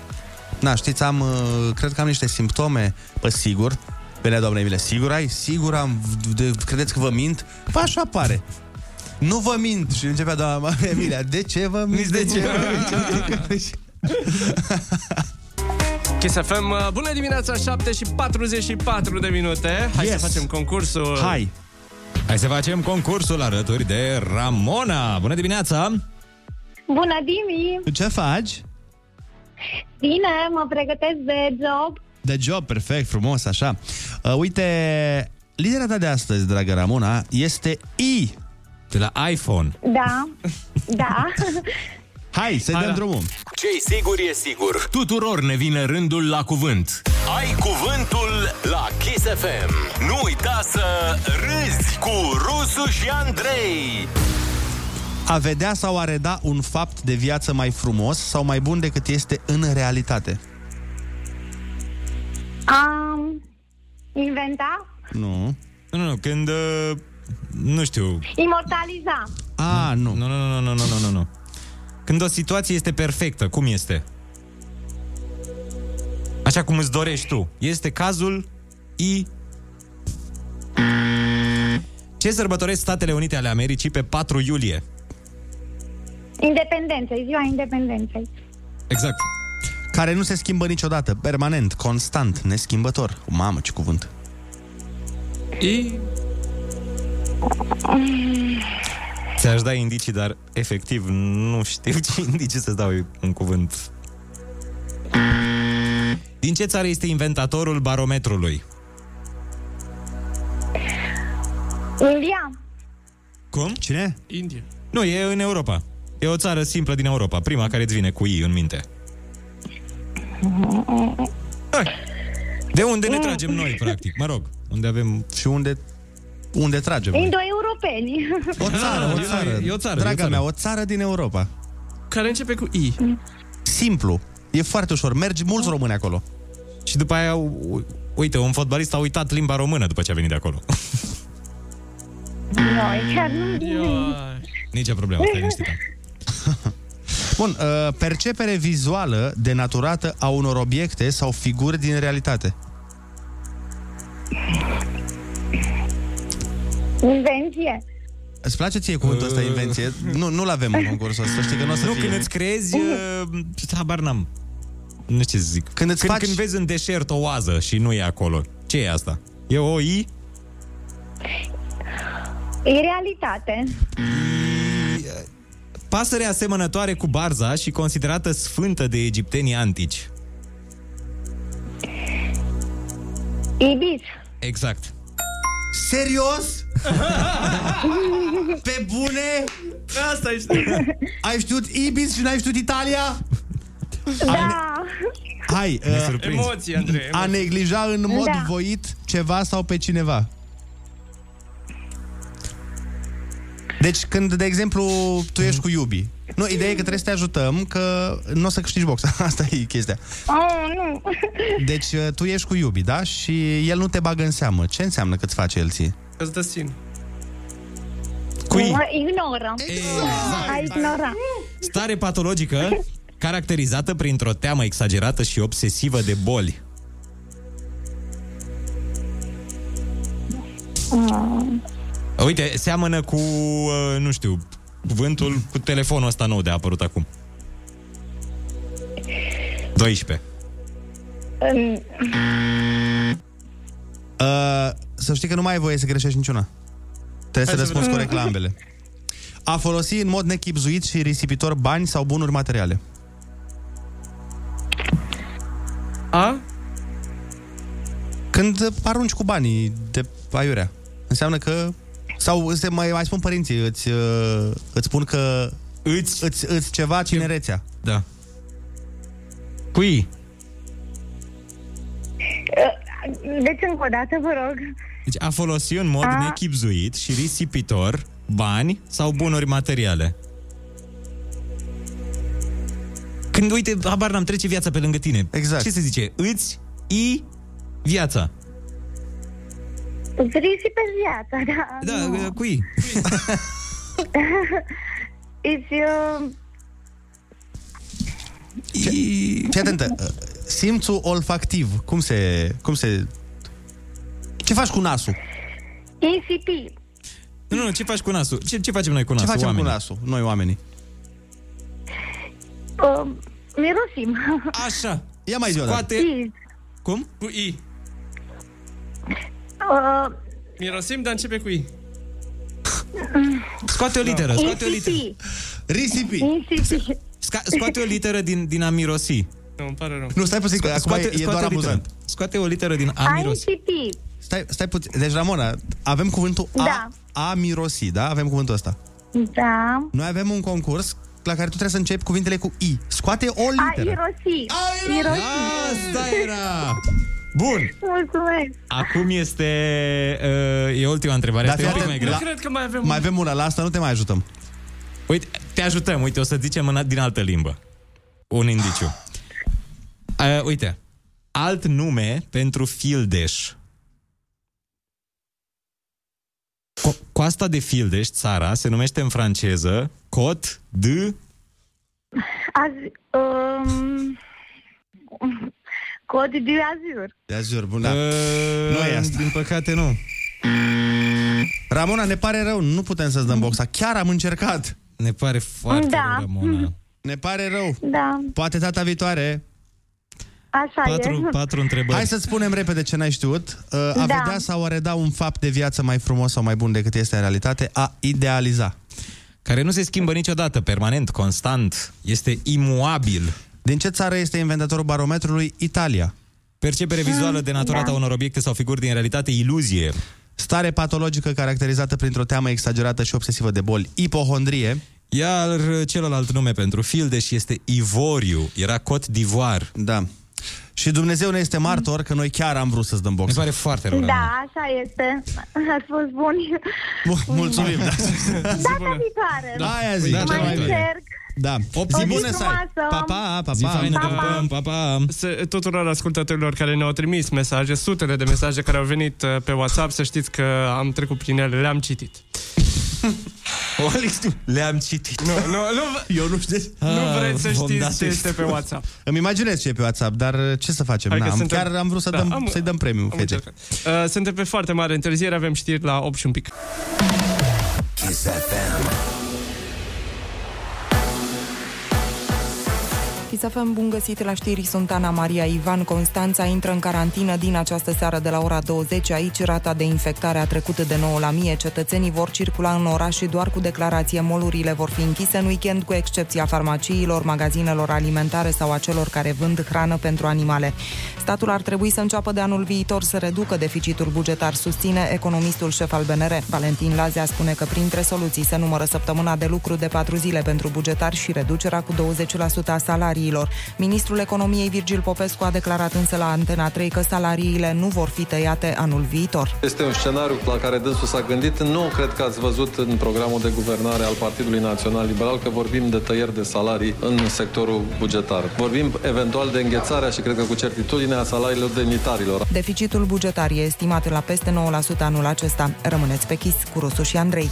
Speaker 6: Na, știți, am, uh, cred că am niște simptome, pe sigur. Venea doamna Emilia, sigur ai? Sigur am, de, credeți că vă mint? Păi așa pare. Nu vă mint. Și începea doamna Emilia, de ce vă mint? De ce vă mint?
Speaker 8: Kiss FM, uh, bună dimineața, 7 și 44 de minute. Hai
Speaker 7: Yes.
Speaker 8: să facem concursul.
Speaker 7: Hai. Hai să facem concursul alături de Ramona. Bună dimineața!
Speaker 15: Bună, Dimi!
Speaker 6: Ce faci?
Speaker 15: Bine, mă pregătesc de job.
Speaker 6: De job, perfect, frumos, așa. Uh, uite, litera ta de astăzi, dragă Ramona, este I.
Speaker 7: De la iPhone.
Speaker 15: Da, da.
Speaker 6: Hai, să dăm drumul.
Speaker 4: Ce-i sigur e sigur
Speaker 5: Tuturor ne vine rândul la cuvânt.
Speaker 4: Ai cuvântul la Kiss FM Nu uita să râzi cu Rusu și Andrei
Speaker 6: A vedea sau a reda un fapt de viață mai frumos sau mai bun decât este în realitate.
Speaker 15: Am Inventa?
Speaker 7: Nu. Nu, nu, când... uh, Nu știu.
Speaker 15: Imortaliza.
Speaker 7: A, nu. Nu, nu, nu, nu, nu, nu, nu, nu. Când o situație este perfectă, cum este? Așa cum îți dorești tu. Este cazul I... Ce sărbătoresc Statele Unite ale Americii pe 4 iulie?
Speaker 15: Independenței, ziua independenței.
Speaker 7: Exact.
Speaker 6: Care nu se schimbă niciodată, permanent, constant, neschimbător. Mamă, ce cuvânt.
Speaker 8: I...
Speaker 7: Ți-aș da indicii, dar efectiv nu știu ce indicii să dau un cuvânt. Din ce țară este inventatorul barometrului?
Speaker 15: India.
Speaker 7: Cum? Cine?
Speaker 8: India.
Speaker 7: Nu, e în Europa. E o țară simplă din Europa, prima care îți vine cu I în minte. Hai. De unde ne tragem noi, practic? Mă rog, unde avem... Și unde... Unde tragem?
Speaker 15: Indo-europeni.
Speaker 6: O țară, o țară.
Speaker 7: Ah, e o țară,
Speaker 6: Draga
Speaker 7: e o țară.
Speaker 6: mea, o țară din Europa.
Speaker 8: Care începe cu I.
Speaker 6: Simplu. E foarte ușor. Mergi mulți români acolo.
Speaker 7: Și după aia, u- uite, un fotbalist a uitat limba română după ce a venit de acolo.
Speaker 15: Noi, chiar nu.
Speaker 7: Nici problemă, stai liniștită.
Speaker 6: Bun, uh, percepere vizuală denaturată a unor obiecte sau figuri din realitate.
Speaker 15: Invenție.
Speaker 6: Îți place ție cuvântul ăsta, invenție? Nu, nu-l avem în concursul ăsta, știi că nu o să
Speaker 7: Uh. Nu,
Speaker 6: fie.
Speaker 7: când îți creezi, uh, habar n-am. Nu știu ce să zic.
Speaker 6: Când îți
Speaker 7: când,
Speaker 6: faci-
Speaker 7: când vezi în deșert o oază și nu e acolo, ce e asta? E o I?
Speaker 15: E realitate.
Speaker 7: Pasăre asemănătoare cu barza și considerată sfântă de egiptenii antici.
Speaker 15: Ibis.
Speaker 7: Exact.
Speaker 6: Serios?
Speaker 7: uh,
Speaker 6: Pe bune?
Speaker 8: Asta ai știut.
Speaker 6: Ai știut Ibis și n-ai știut Italia?
Speaker 15: Da.
Speaker 6: Hai, uh,
Speaker 7: Ne surprinzi.
Speaker 8: Emoții, Andrei,
Speaker 6: a
Speaker 8: emoții.
Speaker 6: neglija în mod
Speaker 15: Da.
Speaker 6: voit ceva sau pe cineva. Deci când, de exemplu, tu ești cu iubii, nu, ideea e că trebuie să te ajutăm, că nu o să câștigi boxa. Asta e chestia.
Speaker 15: Oh, nu.
Speaker 6: Deci tu ești cu iubii, da? Și el nu te bagă în seamă. Ce înseamnă că îți face el ție?
Speaker 8: Îți dă sin.
Speaker 7: Cui?
Speaker 15: Mă ignoră. Exact. A ignora.
Speaker 7: Stare patologică caracterizată printr-o teamă exagerată și obsesivă de boli.
Speaker 15: Mm.
Speaker 7: Uite, seamănă cu, uh, nu știu, cuvântul cu telefonul ăsta nou de a apărut acum. 12.
Speaker 15: În-
Speaker 6: Uh, să știi că nu mai ai voie să greșești niciuna. Trebuie să,
Speaker 7: să
Speaker 6: răspunzi
Speaker 7: vedem.
Speaker 6: corect la ambele. A folosi în mod nechipzuit și risipitor bani sau bunuri materiale.
Speaker 8: A?
Speaker 6: Când arunci cu banii de aiurea. Înseamnă că... Sau se mai, mai spun părinții, îți, uh, îți spun că
Speaker 7: îți,
Speaker 6: îți, îți ceva tinerețea.
Speaker 7: Da. Cui?
Speaker 15: Deci, încă o dată, vă rog.
Speaker 7: Deci a folosi în mod
Speaker 15: A.
Speaker 7: nechipzuit și risipitor bani sau bunuri materiale. Când, uite, habar n-am, trece viața pe lângă tine.
Speaker 6: Exact.
Speaker 7: Ce se zice? Îți i viața.
Speaker 15: Îți risipe viața, da.
Speaker 7: Da,
Speaker 15: nu.
Speaker 7: no. cui?
Speaker 15: Îți... uh,
Speaker 6: Fii atentă. uh, Simțul olfactiv. Cum se... Cum se... Ce faci cu nasul?
Speaker 15: Insipi.
Speaker 7: Nu, nu, ce faci cu nasul? Ce, ce facem noi
Speaker 6: Ce
Speaker 7: cu nasul?
Speaker 6: facem
Speaker 7: oamenii?
Speaker 6: cu nasul, noi oamenii?
Speaker 15: Uh, Mirosim.
Speaker 7: Așa.
Speaker 6: Ia mai da. zi o dată.
Speaker 7: Scoate...
Speaker 15: I.
Speaker 7: Cum?
Speaker 8: Cu I.
Speaker 15: Uh,
Speaker 8: Mirosim, dar începe cu I.
Speaker 7: Scoate o literă, scoate o literă.
Speaker 15: Insipi.
Speaker 6: Da. Risipi.
Speaker 15: Insipi.
Speaker 7: Sca- scoate o literă din, din a mirosi.
Speaker 8: Nu, îmi pare rău.
Speaker 6: Nu, stai puțin, că acum e, e doar
Speaker 7: o literă.
Speaker 6: amuzant.
Speaker 7: Scoate o literă din a
Speaker 15: A
Speaker 7: mirosi.
Speaker 15: insipi.
Speaker 6: Stai, stai puțin. Deci, Ramona, avem cuvântul a,
Speaker 15: Da.
Speaker 6: a mirosi, da? Avem cuvântul ăsta.
Speaker 15: Da.
Speaker 6: Noi avem un concurs la care tu trebuie să începi cuvintele cu I. Scoate o
Speaker 15: A
Speaker 6: literă.
Speaker 15: irosi.
Speaker 6: da,
Speaker 7: Asta era! Bun,
Speaker 15: Mulțumesc.
Speaker 7: acum este... Uh, e ultima întrebare,
Speaker 6: Dar
Speaker 7: este un
Speaker 6: fii
Speaker 7: pic mai
Speaker 6: atent,
Speaker 7: greu.
Speaker 8: Nu cred că mai avem...
Speaker 6: Mai avem una, la asta nu te mai ajutăm.
Speaker 7: Uite, te ajutăm, uite, o să zicem în, din altă limbă. Un indiciu. Ah. Uh, uite, alt nume pentru fildeș. Co- coasta de Fildeș, țara, se numește în franceză Cot de...
Speaker 15: Azi, um, cod de azur.
Speaker 6: De azur, bun, da. nu e asta. Din
Speaker 7: păcate, nu.
Speaker 6: Ramona, ne pare rău, nu putem să-ți dăm boxa. Chiar am încercat.
Speaker 7: Ne pare foarte
Speaker 15: Da. rău, Ramona.
Speaker 6: Ne pare rău.
Speaker 15: Da,
Speaker 6: Poate data viitoare.
Speaker 15: așa e.
Speaker 7: întrebări.
Speaker 6: Hai să spunem repede ce n-ai știut. Uh, A
Speaker 15: Da.
Speaker 6: vedea sau a reda un fapt de viață mai frumos sau mai bun decât este în realitate, a idealiza.
Speaker 7: Care nu se schimbă niciodată, permanent, constant. Este imuabil.
Speaker 6: Din ce țară este inventatorul barometrului? Italia.
Speaker 7: Percepere vizuală
Speaker 15: Da.
Speaker 7: denaturată a unor obiecte sau figuri din realitate, iluzie.
Speaker 6: Stare patologică caracterizată printr-o teamă exagerată și obsesivă de boli. Ipohondrie.
Speaker 7: Iar uh, celălalt nume pentru Fildeș este Ivoriu. Era cot divoar.
Speaker 6: Da. Și Dumnezeu ne este martor că noi chiar am vrut să-ți dăm box.
Speaker 7: Ne pare foarte rău, Ramona.
Speaker 15: Da, așa este. Ați fost buni.
Speaker 6: Mulțumim, da.
Speaker 15: Data viitoare.
Speaker 6: Da, aia zic, cea mai
Speaker 15: Mai
Speaker 6: bună.
Speaker 15: încerc.
Speaker 6: Da.
Speaker 15: O zi bună să ai.
Speaker 6: Pa, pa, pa,
Speaker 8: Zi
Speaker 6: pa.
Speaker 8: faină,
Speaker 6: Pa, pa.
Speaker 8: pa,
Speaker 7: pa, pa.
Speaker 8: Să- Tuturor ascultătorilor care ne-au trimis mesaje, sutele de mesaje care au venit uh, pe WhatsApp, să știți că am trecut prin ele, le-am citit.
Speaker 7: Olix, le-am citit.
Speaker 8: Nu, nu, nu,
Speaker 6: Eu nu știu. Ah, da
Speaker 8: nu vreți să știți ce este pe WhatsApp.
Speaker 6: Îmi imaginez ce e pe WhatsApp, dar ce să facem?
Speaker 8: Hai că
Speaker 6: Na, am,
Speaker 8: suntem-
Speaker 6: chiar am vrut să
Speaker 8: Da,
Speaker 6: dăm,
Speaker 8: am-
Speaker 6: să-i dăm premiu. Fete.
Speaker 8: Uh, suntem pe foarte mare întârziere, avem știri la 8 și un pic.
Speaker 10: Chisafem, bun găsit la știri, sunt Ana Maria Ivan. Constanța intră în carantină din această seară de la ora 20. Aici rata de infectare a trecut de 9 la 1000. Cetățenii vor circula în oraș și doar cu declarație molurile vor fi închise în weekend, cu excepția farmaciilor, magazinelor alimentare sau a celor care vând hrană pentru animale. Statul ar trebui să înceapă de anul viitor să reducă deficitul bugetar, susține economistul șef al BNR. Valentin Lazea spune că printre soluții se numără săptămâna de lucru de 4 zile pentru bugetar și reducerea cu 20% a salariilor. Ministrul Economiei Virgil Popescu a declarat însă la Antena 3 că salariile nu vor fi tăiate anul viitor.
Speaker 16: Este un scenariu la care dânsul s-a gândit. Nu cred că ați văzut în programul de guvernare al Partidului Național Liberal că vorbim de tăieri de salarii în sectorul bugetar. Vorbim eventual de înghețarea și cred că cu certitudine a salariilor demnitarilor.
Speaker 10: Deficitul bugetar e estimat la peste 9% anul acesta. Rămâneți pe chis cu Rusu și Andrei.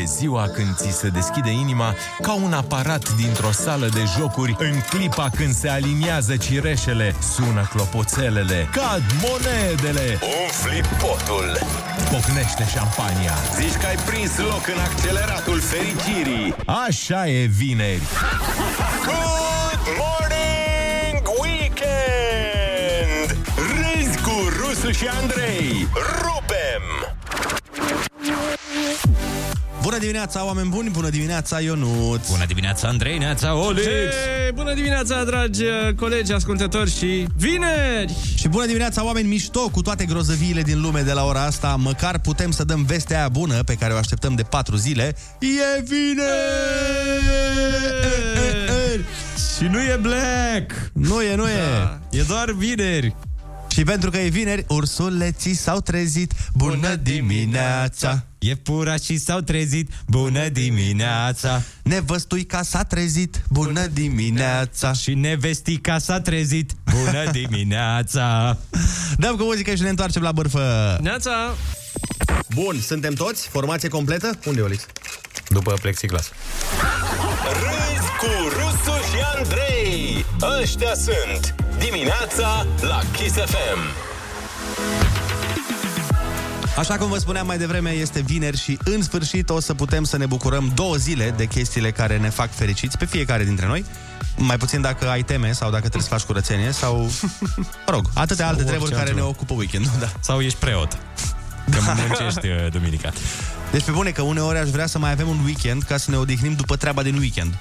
Speaker 5: E ziua când ți se deschide inima ca un aparat dintr-o sală de jocuri în clipa când se aliniază cireșele, sună clopoțelele, cad monedele,
Speaker 4: Umfli potul.
Speaker 5: pocnește șampania.
Speaker 4: Zici că ai prins loc în acceleratul fericirii.
Speaker 5: Așa e vineri.
Speaker 4: Good morning weekend! Râzi cu Rusu și Andrei. Rupem!
Speaker 6: Bună dimineața, oameni buni! Bună dimineața, Ionuț!
Speaker 7: Bună dimineața, Andrei, neața, Olix!
Speaker 8: Hey, bună dimineața, dragi uh, colegi, ascultători și vineri!
Speaker 6: Și bună dimineața, oameni mișto! Cu toate grozăviile din lume de la ora asta, măcar putem să dăm vestea aia bună pe care o așteptăm de patru zile. E é vineri!
Speaker 7: Și nu e black!
Speaker 6: Nu e, nu e! Da.
Speaker 7: E doar vineri!
Speaker 6: Și pentru că e vineri, ursuleții s-au trezit. Bună dimineața!
Speaker 7: E pura și s-au trezit. Bună dimineața!
Speaker 6: Nevăstuica s-a trezit. Bună dimineața!
Speaker 7: Și nevestica s-a trezit. Bună dimineața!
Speaker 6: Dăm cu muzică și ne întoarcem la bârfă!
Speaker 8: Neața!
Speaker 6: Bun, suntem toți? Formație completă? Unde, Olix?
Speaker 14: După plexiglas.
Speaker 4: Râzi cu Rusu și Andrei Ăștia sunt Dimineața la Kiss FM
Speaker 6: Așa cum vă spuneam mai devreme, este vineri și în sfârșit o să putem să ne bucurăm două zile de chestiile care ne fac fericiți pe fiecare dintre noi. Mai puțin dacă ai teme sau dacă trebuie să faci curățenie sau, mă rog, atâtea alte
Speaker 7: orice
Speaker 6: treburi care ne
Speaker 7: altceva.
Speaker 6: ocupă weekendul. Da.
Speaker 7: Sau ești preot. Că da. muncești uh, duminica.
Speaker 6: Deci pe bune că uneori aș vrea să mai avem un weekend ca să ne odihnim după treaba din weekend.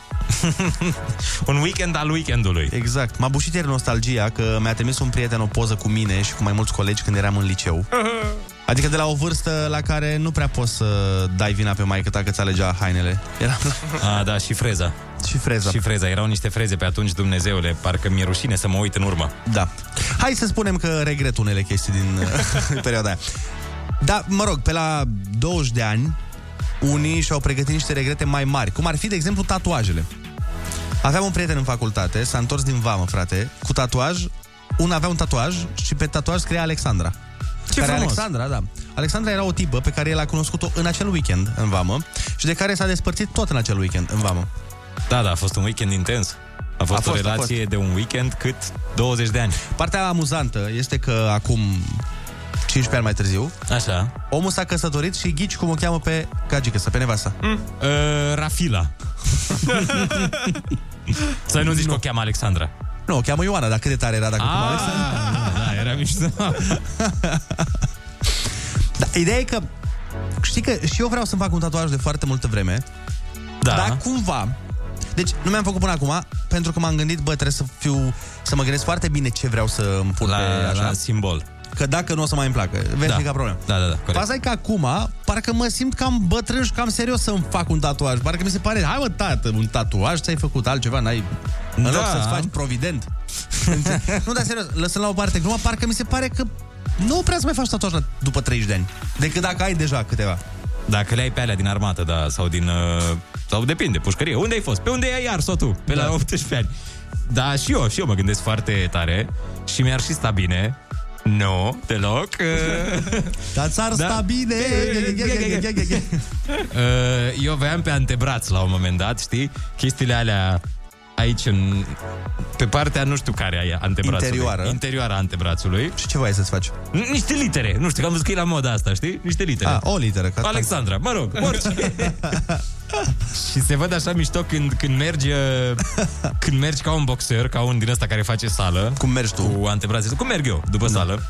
Speaker 7: un weekend al weekendului.
Speaker 6: Exact. M-a bușit ieri nostalgia că mi-a trimis un prieten o poză cu mine și cu mai mulți colegi când eram în liceu. Adică de la o vârstă la care nu prea poți să dai vina pe maică ta că ți alegea hainele. Eram
Speaker 7: A, da, și freza.
Speaker 6: Și freza.
Speaker 7: Și freza. Erau niște freze pe atunci, Dumnezeule. Parcă mi-e rușine să mă uit în urmă.
Speaker 6: Da. Hai să spunem că regret unele chestii din uh, perioada aia. Dar, mă rog, pe la 20 de ani, unii și-au pregătit niște regrete mai mari, cum ar fi, de exemplu, tatuajele. Aveam un prieten în facultate, s-a întors din vamă, frate, cu tatuaj. Un avea un tatuaj și pe tatuaj scria Alexandra.
Speaker 7: Ce
Speaker 6: care
Speaker 7: frumos!
Speaker 6: Alexandra, da, Alexandra era o tipă pe care el a cunoscut-o în acel weekend în vamă și de care s-a despărțit tot în acel weekend în vamă.
Speaker 7: Da, da, a fost un weekend intens. A fost, a fost o relație de un weekend cât 20 de ani.
Speaker 6: Partea amuzantă este că acum 15 ani mai târziu,
Speaker 7: Așa.
Speaker 6: omul s-a căsătorit și ghici cum o cheamă pe gagică, pe nevasta.
Speaker 7: Mm. Uh, Rafila. Să nu zici că o cheamă Alexandra.
Speaker 6: Nu, o cheamă Ioana, dar cât de tare era dacă cum Alexandra. Ah,
Speaker 7: Da, era mișto.
Speaker 6: Da, ideea e că știi că și eu vreau să-mi fac un tatuaj de foarte multă vreme.
Speaker 7: Da.
Speaker 6: Dar cumva... Deci nu mi-am făcut până acum pentru că m-am gândit, bă, trebuie să fiu să mă gândesc foarte bine ce vreau să îmi pun
Speaker 7: La-
Speaker 6: pe așa.
Speaker 7: la simbol.
Speaker 6: Că dacă nu o să mai îmi placă, vezi
Speaker 7: da.
Speaker 6: da. problemă.
Speaker 7: Da, da, da, corect.
Speaker 6: Faza e că acum, parcă mă simt cam bătrân și cam serios să-mi fac un tatuaj. Parcă mi se pare, hai mă, tată, un tatuaj, ți-ai făcut altceva, n-ai... În
Speaker 7: Da.
Speaker 6: loc să-ți faci provident. nu, dar serios, lăsând la o parte gluma, parcă mi se pare că nu prea să mai faci tatuaj la- după 30 de ani. Decât dacă ai deja câteva.
Speaker 7: Dacă le ai pe alea din armată, da, sau din... uh, Sau depinde, pușcărie. Unde ai fost? Pe unde ai ars-o tu? Pe la 18 ani. Da, și eu, și eu mă gândesc foarte tare și mi-ar și sta bine. Nu, deloc. Uh,
Speaker 6: Dar ți-ar
Speaker 7: Da.
Speaker 6: sta bine!
Speaker 7: Uh, Eu voiam pe antebraț la un moment dat, știi? Chestiile alea aici în... Pe partea, nu știu care aia, antebrațului.
Speaker 6: Interioară.
Speaker 7: Interioara antebrațului.
Speaker 6: Și ce voiai să-ți faci?
Speaker 7: Niște litere. Nu știu, că am văzut că e la moda asta, știi? Niște litere.
Speaker 6: A, Ah, o literă. Ca
Speaker 7: Alexandra, mă rog, orice. și se văd așa mișto când, când mergi uh, când mergi ca un boxer, ca un din ăsta care face sală.
Speaker 6: Cum mergi tu?
Speaker 7: Cu antebrațe. Cum merg eu după sală?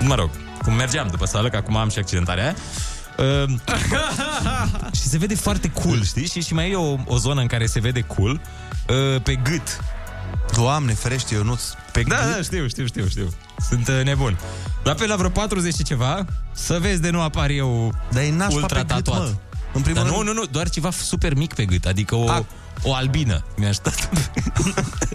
Speaker 7: Mă rog, cum mergeam după sală, că acum am și accidentarea aia. Uh, și se vede foarte cool, știi? Și, și mai e o, o zonă în care se vede cool uh, pe gât.
Speaker 6: Doamne, ferește, eu nu
Speaker 7: pe da, da, știu, știu, știu, știu. Sunt uh, nebun. Dar pe la vreo 40 și ceva, să vezi de nu apar eu
Speaker 6: Dar e nașpa
Speaker 7: ultra
Speaker 6: pe gât,
Speaker 7: tatuat.
Speaker 6: mă.
Speaker 7: În
Speaker 6: În
Speaker 7: primul
Speaker 6: primul
Speaker 7: Dar nu,
Speaker 6: rând-
Speaker 7: nu, nu, doar ceva super mic pe gât, adică o, o albină mi-aș da- dat.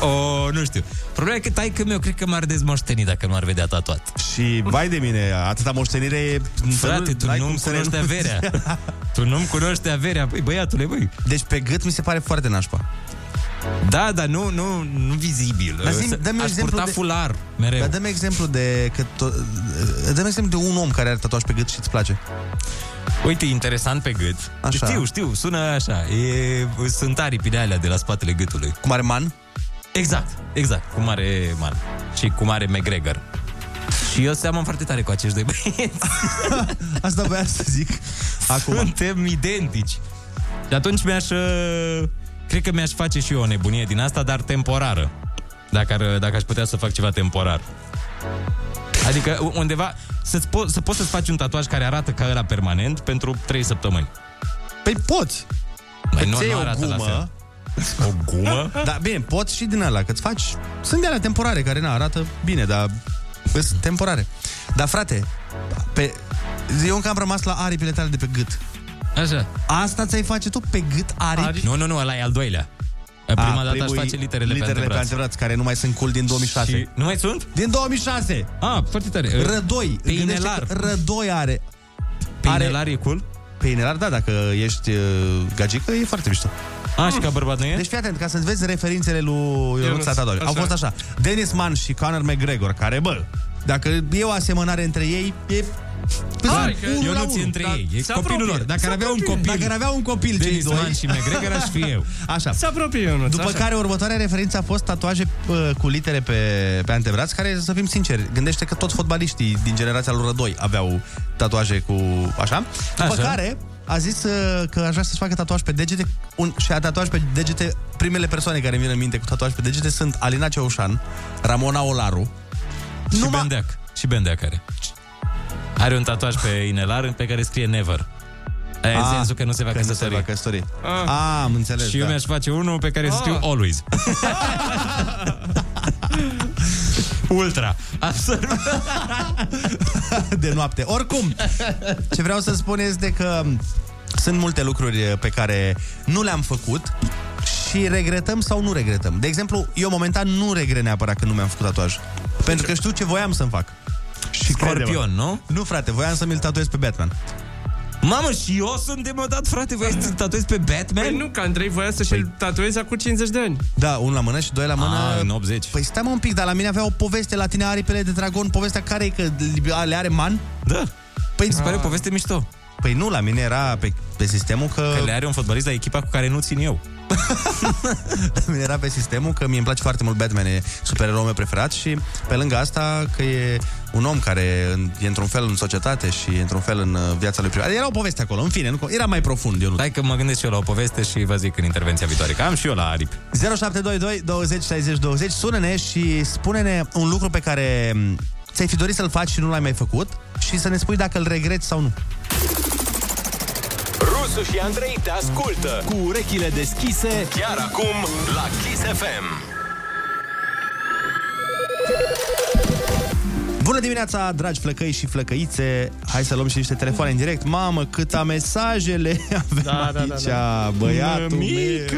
Speaker 7: o, nu știu. Problema e că taică meu cred că m-ar dezmoșteni dacă nu ar vedea tatuat.
Speaker 6: Și vai de mine, atâta moștenire e...
Speaker 7: Frate, tu
Speaker 6: n-ai
Speaker 7: nu-mi
Speaker 6: cum să
Speaker 7: cunoști
Speaker 6: renunți.
Speaker 7: averea. tu nu-mi cunoști averea. Păi, băiatule, băi.
Speaker 6: Deci pe gât mi se pare foarte nașpa.
Speaker 7: Da, dar nu, nu, nu vizibil.
Speaker 6: Dar zi, dă-mi un
Speaker 7: Aș
Speaker 6: exemplu
Speaker 7: purta
Speaker 6: de-
Speaker 7: fular mereu.
Speaker 6: Dar dă-mi exemplu de că to- dă-mi exemplu de un om care are tatuaj pe gât și îți place.
Speaker 7: Uite, interesant pe gât.
Speaker 6: Așa.
Speaker 7: Știu, știu, sună așa. E, sunt aripile alea de la spatele gâtului.
Speaker 6: Cum are man?
Speaker 7: Exact, exact. Cum are man. Și cum are McGregor. Și eu seamăn foarte tare cu acești doi băieți.
Speaker 6: Asta voiam să zic. Acum.
Speaker 7: Suntem identici. Și atunci mi-aș... uh, Cred că mi-aș face și eu o nebunie din asta, dar temporară. Dacă, ar, dacă aș putea să fac ceva temporar. Adică u- undeva să-ți po- să poți să-ți faci un tatuaj care arată ca ăla permanent pentru 3 săptămâni.
Speaker 6: Păi poți.
Speaker 7: Mai
Speaker 6: Îți
Speaker 7: Păi
Speaker 6: iei
Speaker 7: nu, nu
Speaker 6: Păi o
Speaker 7: arată la
Speaker 6: gumă.
Speaker 7: fel. O gumă?
Speaker 6: Da, bine, poți și din ăla, că-ți faci... Sunt de alea temporare, care na, arată bine, dar sunt temporare. Dar frate, pe... eu încă am rămas la aripile tale de pe gât.
Speaker 7: Așa.
Speaker 6: Asta ți-ai face tu pe gât aripi? Ari...
Speaker 7: Nu, nu, nu, ăla e al doilea. Prima dată aș
Speaker 6: primul e
Speaker 7: face literele,
Speaker 6: literele
Speaker 7: pe antebraț.
Speaker 6: care nu mai sunt cool din 2006.
Speaker 7: Și- Nu mai sunt?
Speaker 6: Din 2006!
Speaker 7: Ah, foarte tare.
Speaker 6: Rădoi.
Speaker 7: Pe
Speaker 6: Gândește
Speaker 7: inelar.
Speaker 6: că Rădoi are.
Speaker 7: Pe inelar e cool?
Speaker 6: Pe inelar, da, dacă ești uh, gagică, e foarte mișto.
Speaker 7: A, Ah, și ca bărbat nu e?
Speaker 6: Deci fii atent, ca să-ți vezi referințele lui
Speaker 7: Ionuț,
Speaker 6: Ionuț Atadori. Au
Speaker 7: așa.
Speaker 6: fost așa. Dennis Mann și Conor McGregor, care, bă, dacă e o asemănare între ei, e
Speaker 7: Hai,
Speaker 6: Sunt
Speaker 7: că
Speaker 6: unul la
Speaker 7: Ionuț e
Speaker 6: unul,
Speaker 7: între
Speaker 6: dar
Speaker 7: ei, e
Speaker 6: se
Speaker 7: copilul
Speaker 6: apropie,
Speaker 7: lor. Dacă
Speaker 6: se
Speaker 7: ar avea un
Speaker 6: apropie.
Speaker 7: copil,
Speaker 6: Dacă ar avea un copil, cei
Speaker 7: Dennis
Speaker 6: doi...
Speaker 7: Mann și McGregor, aș fi eu.
Speaker 6: Așa.
Speaker 7: Se apropie Ionuț,
Speaker 6: După
Speaker 7: așa.
Speaker 6: care următoarea referință a fost tatuaje uh, cu litere pe, pe antebraț, care, să fim sinceri, gândește că toți fotbaliștii din generația lui Rădoi aveau tatuaje cu... Așa. După
Speaker 7: Așa.
Speaker 6: care a zis uh, că aș vrea să-și facă tatuaj pe degete un, și a tatuaj pe degete primele persoane care îmi vin în minte cu tatuaj pe degete sunt Alina Ceușan, Ramona Olaru,
Speaker 7: Și Bendeac. Și Bendeac are. Are un tatuaj pe inelar pe care scrie never. Aia în
Speaker 6: Ah,
Speaker 7: sensul că nu se va
Speaker 6: că nu se va
Speaker 7: căsători.
Speaker 6: căsători. Ah, am înțeles,
Speaker 7: Și eu
Speaker 6: da. Ah.
Speaker 7: mi-aș face unul pe care să scriu always. Ultra. Absolut.
Speaker 6: de noapte. Oricum, ce vreau să spun este că sunt multe lucruri pe care nu le-am făcut și regretăm sau nu regretăm. De exemplu, eu momentan nu regret neapărat că nu mi-am făcut tatuaj. Pentru că știu ce voiam să-mi fac. Și
Speaker 7: Scorpion,
Speaker 6: crede-mă.
Speaker 7: nu?
Speaker 6: Nu, frate, voiam să mi-l tatuez pe Batman.
Speaker 7: Mamă, și eu sunt demodat, frate, voi să tatuezi pe Batman?
Speaker 8: Păi nu, că Andrei voia să-și păi... tatueze acum 50 de ani.
Speaker 6: Da, un la mână și doi la mână...
Speaker 7: A, în 80.
Speaker 6: Păi stai mă un pic, dar la mine avea o poveste la tine aripele de dragon, povestea care e că le are man?
Speaker 7: Da.
Speaker 6: Păi
Speaker 7: mi se pare o poveste mișto.
Speaker 6: Păi nu, la mine era pe, pe sistemul că...
Speaker 7: Că le are un fotbalist la echipa cu care nu țin eu.
Speaker 6: La mine era pe sistemul că mie îmi place foarte mult Batman, e supereroul meu preferat și pe lângă asta că e un om care în- e într-un fel în societate și e într-un fel în uh, viața lui privată. Era o poveste acolo, în fine, nu, era mai profund. Eu nu...
Speaker 7: Hai că mă gândesc și eu la o poveste și vă zic în intervenția viitoare, că am și eu la aripi.
Speaker 6: 0722 20 60 20 Sună-ne și spune-ne un lucru pe care m, ți-ai fi dorit să-l faci și nu l-ai mai făcut și să ne spui dacă îl regreți sau nu.
Speaker 9: Rusu și Andrei te ascultă cu urechile deschise chiar acum la Kiss FM.
Speaker 6: Bună dimineața, dragi flăcăi și flăcăițe! Hai să luăm și niște telefoane în direct. Mamă, câta mesajele avem da, aici, da, da. băiatul
Speaker 13: Mămică!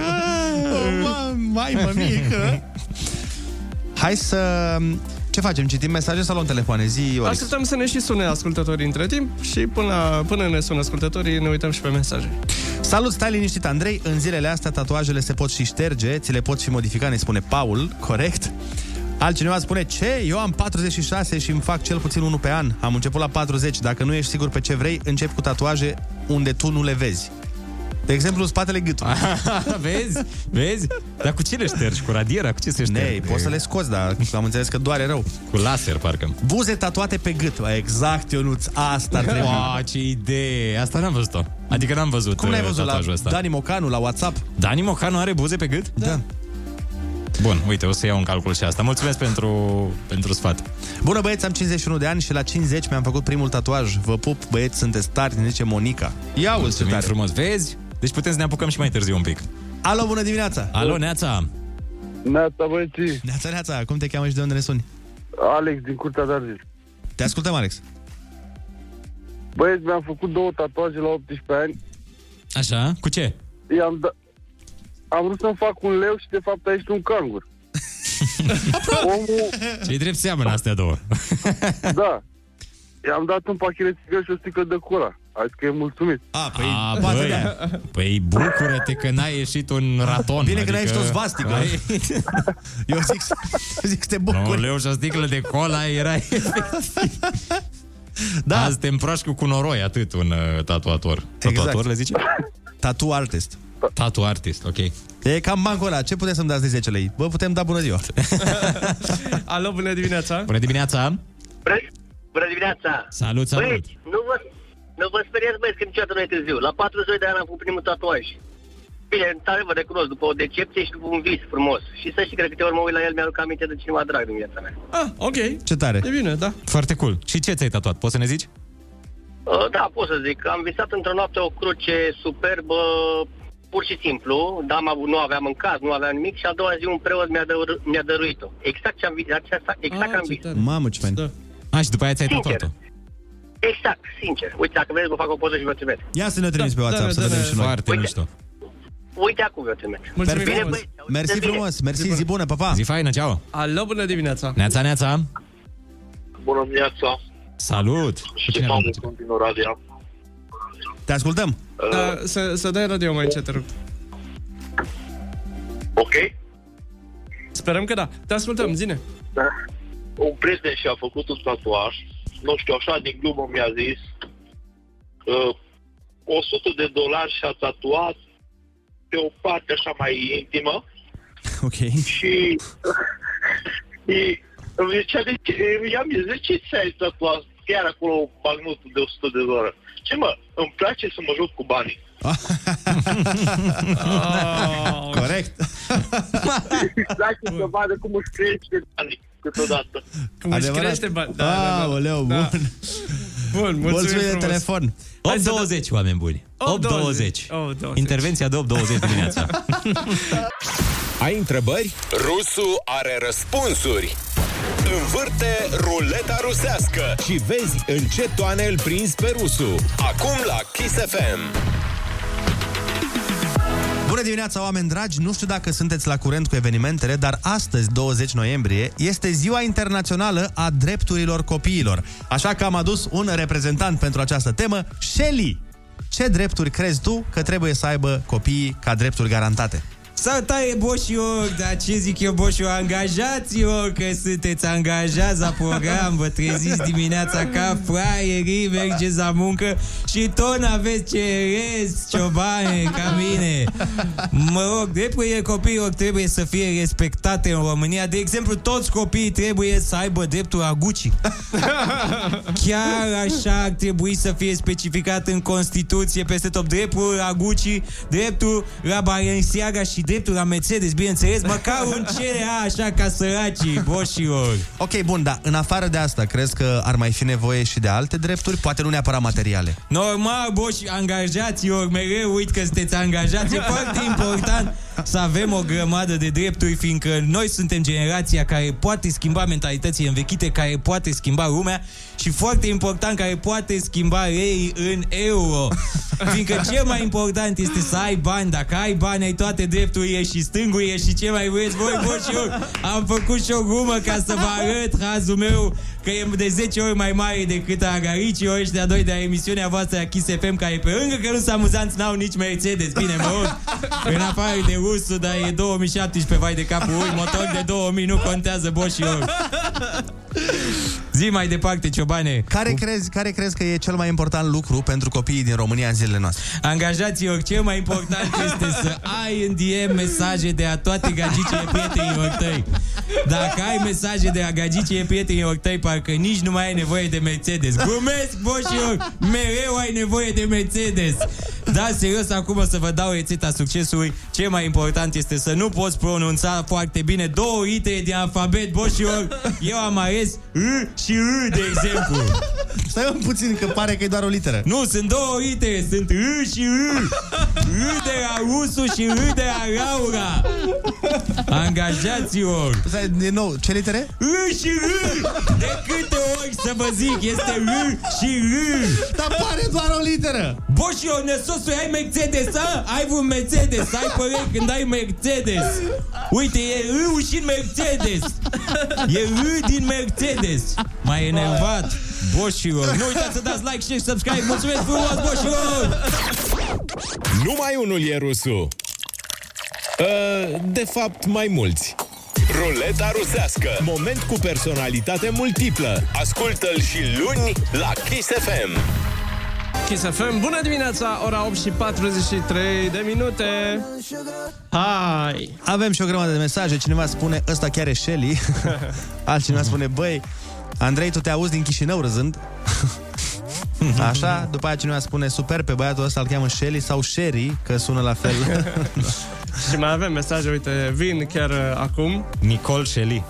Speaker 6: meu! O, mă, mai mămică! Hai să... Ce facem? Citim mesaje sau luăm telefoane? Zi, Alex.
Speaker 8: Păi, Așteptăm să ne și sune ascultătorii între timp și până, la, până ne sună ascultătorii ne uităm și pe mesaje.
Speaker 6: Salut, stai liniștit, Andrei. În zilele astea tatuajele se pot și șterge, ți le poți și modifica, ne spune Paul, corect? Altcineva spune, ce? Eu am 46 și îmi fac cel puțin unul pe an. Am început la 40. Dacă nu ești sigur pe ce vrei, încep cu tatuaje unde tu nu le vezi. De exemplu, în spatele gâtului.
Speaker 7: Vezi? Vezi? Dar cu ce le ștergi? Cu radiera? Cu ce se șterge?
Speaker 6: Nei, poți să le scoți, dar am înțeles că doare rău.
Speaker 7: Cu laser, parcă.
Speaker 6: Buze tatuate pe gât. Exact, Ionuț, asta ar trebui.
Speaker 7: Wow, ce idee! Asta n-am văzut-o. Adică n-am văzut
Speaker 6: Cum n-ai
Speaker 7: uh,
Speaker 6: văzut la
Speaker 7: tatuajul ăsta.
Speaker 6: Dani Mocanu, la WhatsApp?
Speaker 7: Dani Mocanu are buze pe gât?
Speaker 6: Da.
Speaker 7: Bun, uite, o să iau în calcul și asta. Mulțumesc pentru, pentru sfat.
Speaker 6: Bună băieți, am 51 de ani și la 50 mi-am făcut primul tatuaj. Vă pup, băieți, sunteți tari, ne zice Monica. Ia uite
Speaker 7: Mulțumim frumos. Vezi? Deci putem să ne apucăm și mai târziu un pic.
Speaker 6: Alo, bună dimineața!
Speaker 7: Alo, Neața!
Speaker 17: Neața, băieții!
Speaker 6: Neața, Neața, cum te cheamă și de unde ne suni?
Speaker 17: Alex din Curtea de Argeș.
Speaker 6: Te ascultăm, Alex.
Speaker 17: Băieți, mi-am făcut două tatuaje la 18 ani.
Speaker 7: Așa, cu ce?
Speaker 17: I-am da... Am vrut să-mi fac un leu și de fapt aici un cangur. Omul,
Speaker 7: Ce-i drept seamănă astea două.
Speaker 17: da. I-am dat un pachet de țigări și o sticlă de cola. Hai că e mulțumit.
Speaker 6: A,
Speaker 7: păi, A, băi, păi bucură-te că n-a ieșit un raton.
Speaker 6: da.
Speaker 7: adică-
Speaker 6: Bine că n-a ieșit o svastică.
Speaker 7: Ai-
Speaker 6: da? Eu zic, eu zic să te
Speaker 7: Un
Speaker 6: bucuri.
Speaker 7: leu și o sticlă de cola era efectiv. Da. Azi te împroști cu noroi, atât un uh, tatuator.
Speaker 6: Exact.
Speaker 7: Tatuator le zice?
Speaker 6: Tatu artist.
Speaker 7: Tatu artist, ok.
Speaker 6: E cam bancul ăla. Ce putem să-mi dați de 10 lei? Bă, putem da bună ziua.
Speaker 8: Alo, bună dimineața!
Speaker 7: Bună dimineața!
Speaker 18: Bună dimineața!
Speaker 7: Salut, salut!
Speaker 18: Băieți, nu vă, nu vă speriați, băieți, că niciodată nu e târziu. La 42 de ani am făcut primul tatuaj. Bine, tare vă recunosc, după o decepție și după un vis frumos. Și să știi că de câte ori mă uit la el, mi-aduc aminte de cineva drag din viața mea.
Speaker 8: Ah, ok.
Speaker 6: Ce tare!
Speaker 8: E bine, da.
Speaker 7: Foarte cool. Și ce ți-ai tatuat? Poți să ne zici?
Speaker 18: Uh, Da, pot să zic. Am visat într-o noapte o cruce superbă, pur și simplu, dar am avut, nu aveam în caz, nu aveam nimic și a doua zi un preot mi-a, dăru- mi-a dăruit-o. Exact ce am visat, aceasta, exact ah, am visat.
Speaker 6: Mamă, ce fain. Da.
Speaker 7: A, Ah, și după aia ți-ai
Speaker 18: Sincer.
Speaker 7: tatuat-o.
Speaker 18: Exact, sincer. Uite, dacă vreți, vă fac o poză și vă trimit.
Speaker 6: Ia să ne trimis pe Da, WhatsApp, să vedem și noi.
Speaker 7: Foarte mișto.
Speaker 18: Uite acum vă trimit. Bine, băieți, auziți de
Speaker 6: Mersi
Speaker 18: bine.
Speaker 6: frumos, mersi, zi bună, pa, pa.
Speaker 7: Zi faină, ceau!
Speaker 8: Alo, bună dimineața!
Speaker 7: Neața, neața!
Speaker 19: Bună dimineața,
Speaker 7: Salut! Cu cine
Speaker 19: Paul,
Speaker 7: am
Speaker 19: sunt din Oradea.
Speaker 6: Te ascultăm.
Speaker 19: Uh.
Speaker 8: Da, să, să dai radio mai încet, te rog.
Speaker 19: Ok?
Speaker 8: Sperăm că da. Te ascultăm, zine.
Speaker 19: Da. Un prieten și-a făcut un tatuaj, nu știu, așa din glumă mi-a zis, uh, 100 de dolari și-a tatuat pe o parte așa mai intimă
Speaker 6: Ok.
Speaker 19: și și îmi zicea, de ce, i-am zis, de ce ți-ai tatuat chiar acolo magnetul de 100 de dolari? Ce mă, îmi place să mă joc cu banii.
Speaker 6: Corect.
Speaker 19: Îmi place să vadă cum își crește banii câteodată.
Speaker 8: Cum
Speaker 6: Adevărat?
Speaker 8: își crește bani. Da, da, da.
Speaker 6: Aoleu, bun.
Speaker 8: Da. Bun, mulțumim,
Speaker 6: Mulțumim de
Speaker 8: frumos.
Speaker 6: telefon.
Speaker 7: 8.20, oameni buni. 8.20.
Speaker 8: 8.20.
Speaker 7: Intervenția de 8.20 dimineața.
Speaker 9: Ai întrebări? Rusu are răspunsuri. Învârte ruleta rusească și vezi în ce toane îl prins pe Rusu. Acum la Kiss FM.
Speaker 6: Bună dimineața, oameni dragi! Nu știu dacă sunteți la curent cu evenimentele, dar astăzi, 20 noiembrie, este Ziua Internațională a Drepturilor Copiilor. Așa că am adus un reprezentant pentru această temă, Shelly! ce drepturi crezi tu că trebuie să aibă copiii ca drepturi garantate?
Speaker 7: Să taie boșioc, dar ce zic eu boșioc, angajați-o că sunteți angajați la program, vă treziți dimineața ca fraierii, mergeți la muncă și tot n-aveți cerezi, ciobane, ca mine. Mă rog, drepturile copiilor trebuie să fie respectate în România. De exemplu, toți copiii trebuie să aibă dreptul la Gucci. Chiar așa ar trebui să fie specificat în Constituție peste tot dreptul la Gucci, dreptul la Balenciaga și dreptul la Mercedes, bineînțeles, măcar un CRA așa ca săracii, boșilor.
Speaker 6: Ok, bun, dar în afară de asta, crezi că ar mai fi nevoie și de alte drepturi? Poate nu neapărat materiale.
Speaker 7: Normal, boși, angajaților, mereu uit că sunteți angajați. E foarte important să avem o grămadă de drepturi, fiindcă noi suntem generația care poate schimba mentalitățile învechite, care poate schimba lumea și foarte important, care poate schimba lei în euro. Fiindcă cel mai important este să ai bani. Dacă ai bani, ai toate drepturile și stângurile și ce mai vreți voi, boșilor. Am făcut și o glumă ca să vă arăt hazul meu că e de 10 ori mai mare decât a Garicii ăștia doi de a emisiunea voastră a Kiss FM, care pe lângă că nu sunt amuzanți, n-au nici Mercedes. Bine, mă rog, în afară de rusul, dar e 2017, vai de capul lui, motor de 2000, nu contează, boșilor. Zi mai departe, Ciobane.
Speaker 6: Care crezi, care crezi că e cel mai important lucru pentru copiii din România în zilele noastre?
Speaker 7: Angajaților, cel mai important este să ai în DM mesaje de a toate gagicile prietenilor tăi. Dacă ai mesaje de la gagicile prietenilor tăi, parcă nici nu mai ai nevoie de Mercedes. Glumesc, boșilor, mereu ai nevoie de Mercedes. Da, serios, acum o să vă dau rețeta succesului. Ce mai important este să nu poți pronunța foarte bine două litere din alfabet, boșilor. Eu am ales R și R, de exemplu.
Speaker 6: Stai un puțin, că pare că e doar o literă.
Speaker 7: Nu, sunt două litere, sunt R și R. R de la Rusu și R de la Laura. Angajaților.
Speaker 6: Stai, din nou, ce litere?
Speaker 7: R și R. De câte ori să vă zic, este R și R.
Speaker 6: Dar pare doar o literă.
Speaker 7: Boșilor, nesosul, ai Mercedes, a? Ai un Mercedes, ai păreri când ai Mercedes. Uite, e R și în Mercedes. E R din Mercedes. Mai enervat. Boșilor, nu uitați să dați like și subscribe. Mulțumesc frumos, boșilor!
Speaker 4: Numai unul e rusul. Uh, De fapt, mai mulți. Ruleta rusească. Moment cu personalitate multiplă. Ascultă-l și luni la Kiss FM.
Speaker 8: Kiss FM, bună dimineața, ora 8 și 43 de minute. Hai!
Speaker 6: Avem și o grămadă de mesaje. Cineva spune, ăsta chiar e Shelly. Altcineva spune, băi, Andrei, tu te auzi din Chișinău râzând. Așa, după aia cineva spune Super, pe băiatul ăsta îl cheamă Shelly sau Sherry Că sună la fel
Speaker 8: Da. Și mai avem mesaje, uite, vin chiar uh, acum.
Speaker 6: Nicol Shelly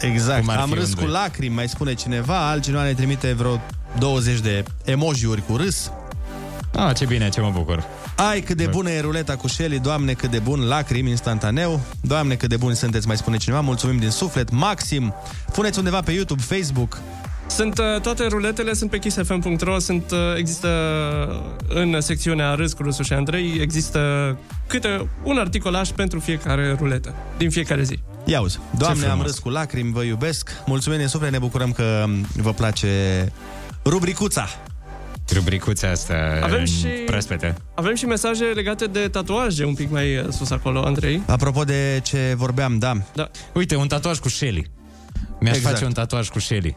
Speaker 6: Exact,
Speaker 8: Cum ar
Speaker 6: am
Speaker 8: fi
Speaker 6: râs
Speaker 8: un
Speaker 6: cu
Speaker 8: doi.
Speaker 6: lacrimi, mai spune cineva Altcineva ne trimite vreo 20 de emoji-uri cu râs
Speaker 20: Ah, ce bine, ce mă bucur.
Speaker 6: Ai, cât de bună e ruleta cu Shelly, doamne, cât de bun, lacrimi instantaneu, doamne, cât de buni sunteți, mai spune cineva, mulțumim din suflet, maxim, puneți undeva pe YouTube, Facebook,
Speaker 8: Sunt uh, toate ruletele, sunt pe kissfm.ro, sunt, uh, există uh, în secțiunea Râs cu Rusu și Andrei, există câte un articolaj pentru fiecare ruletă, din fiecare zi.
Speaker 6: Ia uzi, doamne, am
Speaker 8: frumos.
Speaker 6: râs cu lacrimi, vă iubesc, mulțumim din suflet, ne bucurăm că vă place rubricuța.
Speaker 20: Rubricuța asta
Speaker 8: Avem
Speaker 20: în
Speaker 8: și-
Speaker 20: proaspete.
Speaker 8: Avem și mesaje legate de tatuaje un pic mai uh, sus acolo, Andrei.
Speaker 6: Apropo de ce vorbeam, da.
Speaker 8: da.
Speaker 20: Uite, un tatuaj cu Shelly. Mi-aș
Speaker 6: Exact.
Speaker 20: exact. face un tatuaj cu Shelly.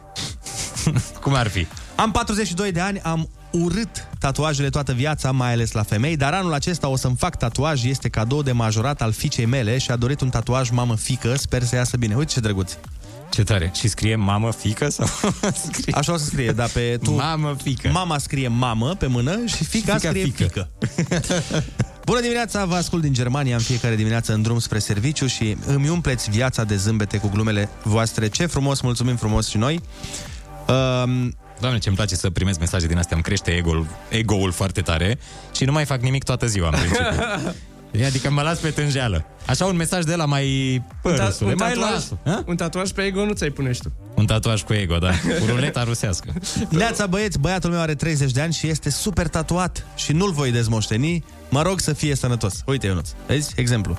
Speaker 20: Cum ar fi?
Speaker 6: Am 42 de ani, am urât tatuajele toată viața, mai ales la femei, dar anul acesta o să-mi fac tatuaj, este cadou de majorat al fiicei mele și a dorit un tatuaj mamă-fică, sper să iasă bine. Uite ce drăguț!
Speaker 20: Ce tare. Și scrie mamă, fică sau...
Speaker 6: Așa o să scrie, da, pe tu...
Speaker 20: Mamă, fică.
Speaker 6: Mama scrie mamă pe mână și fica,
Speaker 20: Fica,
Speaker 6: scrie
Speaker 20: fică.
Speaker 6: fică. Bună dimineața, vă ascult din Germania în fiecare dimineață în drum spre serviciu și îmi umpleți viața de zâmbete cu glumele voastre. Ce frumos, mulțumim frumos și noi. Um,
Speaker 20: Doamne, ce-mi place să primesc mesaje din astea, îmi crește ego-ul, ego-ul foarte tare și nu mai fac nimic toată ziua, în principiu. Adică mă las pe tânjeală. Așa un mesaj de la mai
Speaker 6: Da,
Speaker 20: părăsule,
Speaker 8: Da, un,
Speaker 20: mai
Speaker 8: tatuaj,
Speaker 20: las.
Speaker 8: un tatuaj pe ego nu ți-ai pune și tu.
Speaker 20: Un tatuaj cu ego, da. Cu ruleta rusească.
Speaker 6: Neața băieți, băiatul meu are 30 de ani și este super tatuat și nu-l voi dezmoșteni. Mă rog să fie sănătos. Uite, Ionuț, vezi? Exemplu.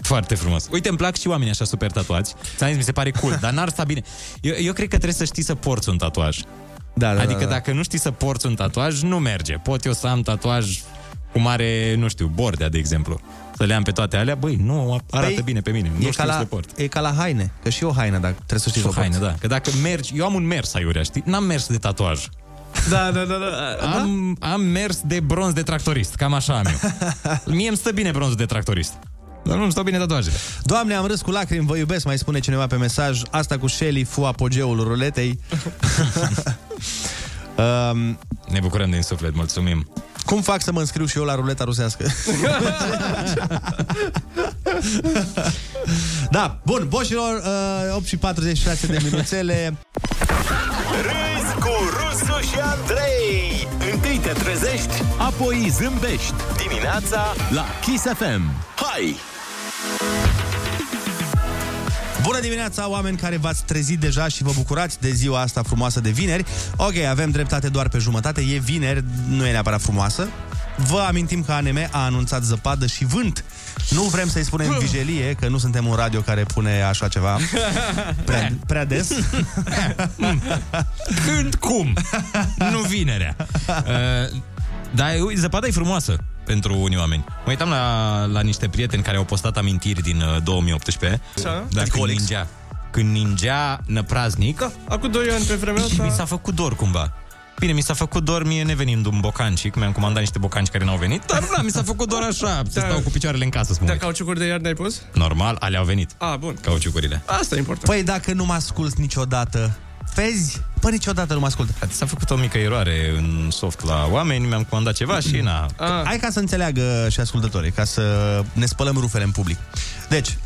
Speaker 20: Foarte frumos. Uite, îmi plac și oamenii așa super tatuați. Ți-am zis, mi se pare cool, dar n-ar sta bine. Eu, eu cred că trebuie să știi să porți un tatuaj.
Speaker 6: Da, da,
Speaker 7: adică
Speaker 6: da, da.
Speaker 7: dacă nu știi să porți un tatuaj, nu merge. Pot eu să am tatuaj cum are, nu știu, bordea, de exemplu. Să le am pe toate alea, băi, nu arată
Speaker 6: Păi,
Speaker 7: bine pe mine. Nu
Speaker 6: e,
Speaker 7: știu
Speaker 6: ca
Speaker 7: să le
Speaker 6: la,
Speaker 7: port.
Speaker 6: e ca la haine, că și o haină, dacă trebuie să știi să
Speaker 7: Și o
Speaker 6: o porți.
Speaker 7: haină, da. Că dacă mergi, eu am un mers aiurea, știi? N-am mers de tatuaj.
Speaker 8: Da, da, da, da.
Speaker 7: Am, am mers de bronz de tractorist, cam așa am eu. Mie îmi stă bine bronzul de tractorist. Dar nu îmi stau bine tatuajele.
Speaker 6: Doamne, am râs cu lacrimi, vă iubesc, mai spune cineva pe mesaj. Asta cu Shelly fu apogeul ruletei. um,
Speaker 7: ne bucurăm din suflet, mulțumim.
Speaker 6: Cum fac să mă înscriu și eu la ruleta rusească? da, bun, boșilor, uh, 8 și 46 de minuțele.
Speaker 4: Râzi cu Rusu și Andrei Întâi te trezești Apoi zâmbești Dimineața
Speaker 5: La Kiss FM.
Speaker 4: Hai!
Speaker 6: Bună dimineața, oameni care v-ați trezit deja și vă bucurați de ziua asta frumoasă de vineri. Ok, avem dreptate doar pe jumătate, e vineri, nu e neapărat frumoasă. Vă amintim că ANM a anunțat zăpadă și vânt. Nu vrem să-i spunem vijelie, că nu suntem un radio care pune așa ceva prea, prea des.
Speaker 7: Când, cum? nu vinerea. Uh, dar ui, zăpada e frumoasă pentru unii oameni. Mă uitam la, la niște prieteni care au postat amintiri din uh, 2018.
Speaker 8: Așa.
Speaker 7: Dar
Speaker 8: Adică
Speaker 7: Da, când
Speaker 8: Olex.
Speaker 7: ningea, când ningea năpraznic, da,
Speaker 8: Acum 2 ani pe vremea
Speaker 7: și mi
Speaker 8: asta...
Speaker 7: s-a făcut dor cumva. Bine, mi s-a făcut dor, mie nevenind un bocancic, mi-am comandat niște bocanci care n-au venit, dar na, mi s-a făcut dor așa, să stau cu picioarele în casă, să mă
Speaker 8: Da,
Speaker 7: uit.
Speaker 8: cauciucuri de iarnă ai pus?
Speaker 7: Normal, alea au venit.
Speaker 8: A, bun.
Speaker 7: Cauciucurile.
Speaker 8: Asta e important.
Speaker 6: Păi dacă nu mă ascult niciodată, vezi? Păi niciodată nu mă ascult.
Speaker 7: S-a făcut o mică eroare în soft la oameni, mi-am comandat ceva și na.
Speaker 8: Mm. Ah.
Speaker 6: Hai ca să înțeleagă și ascultătorii, ca să ne spălăm rufele în public. Deci,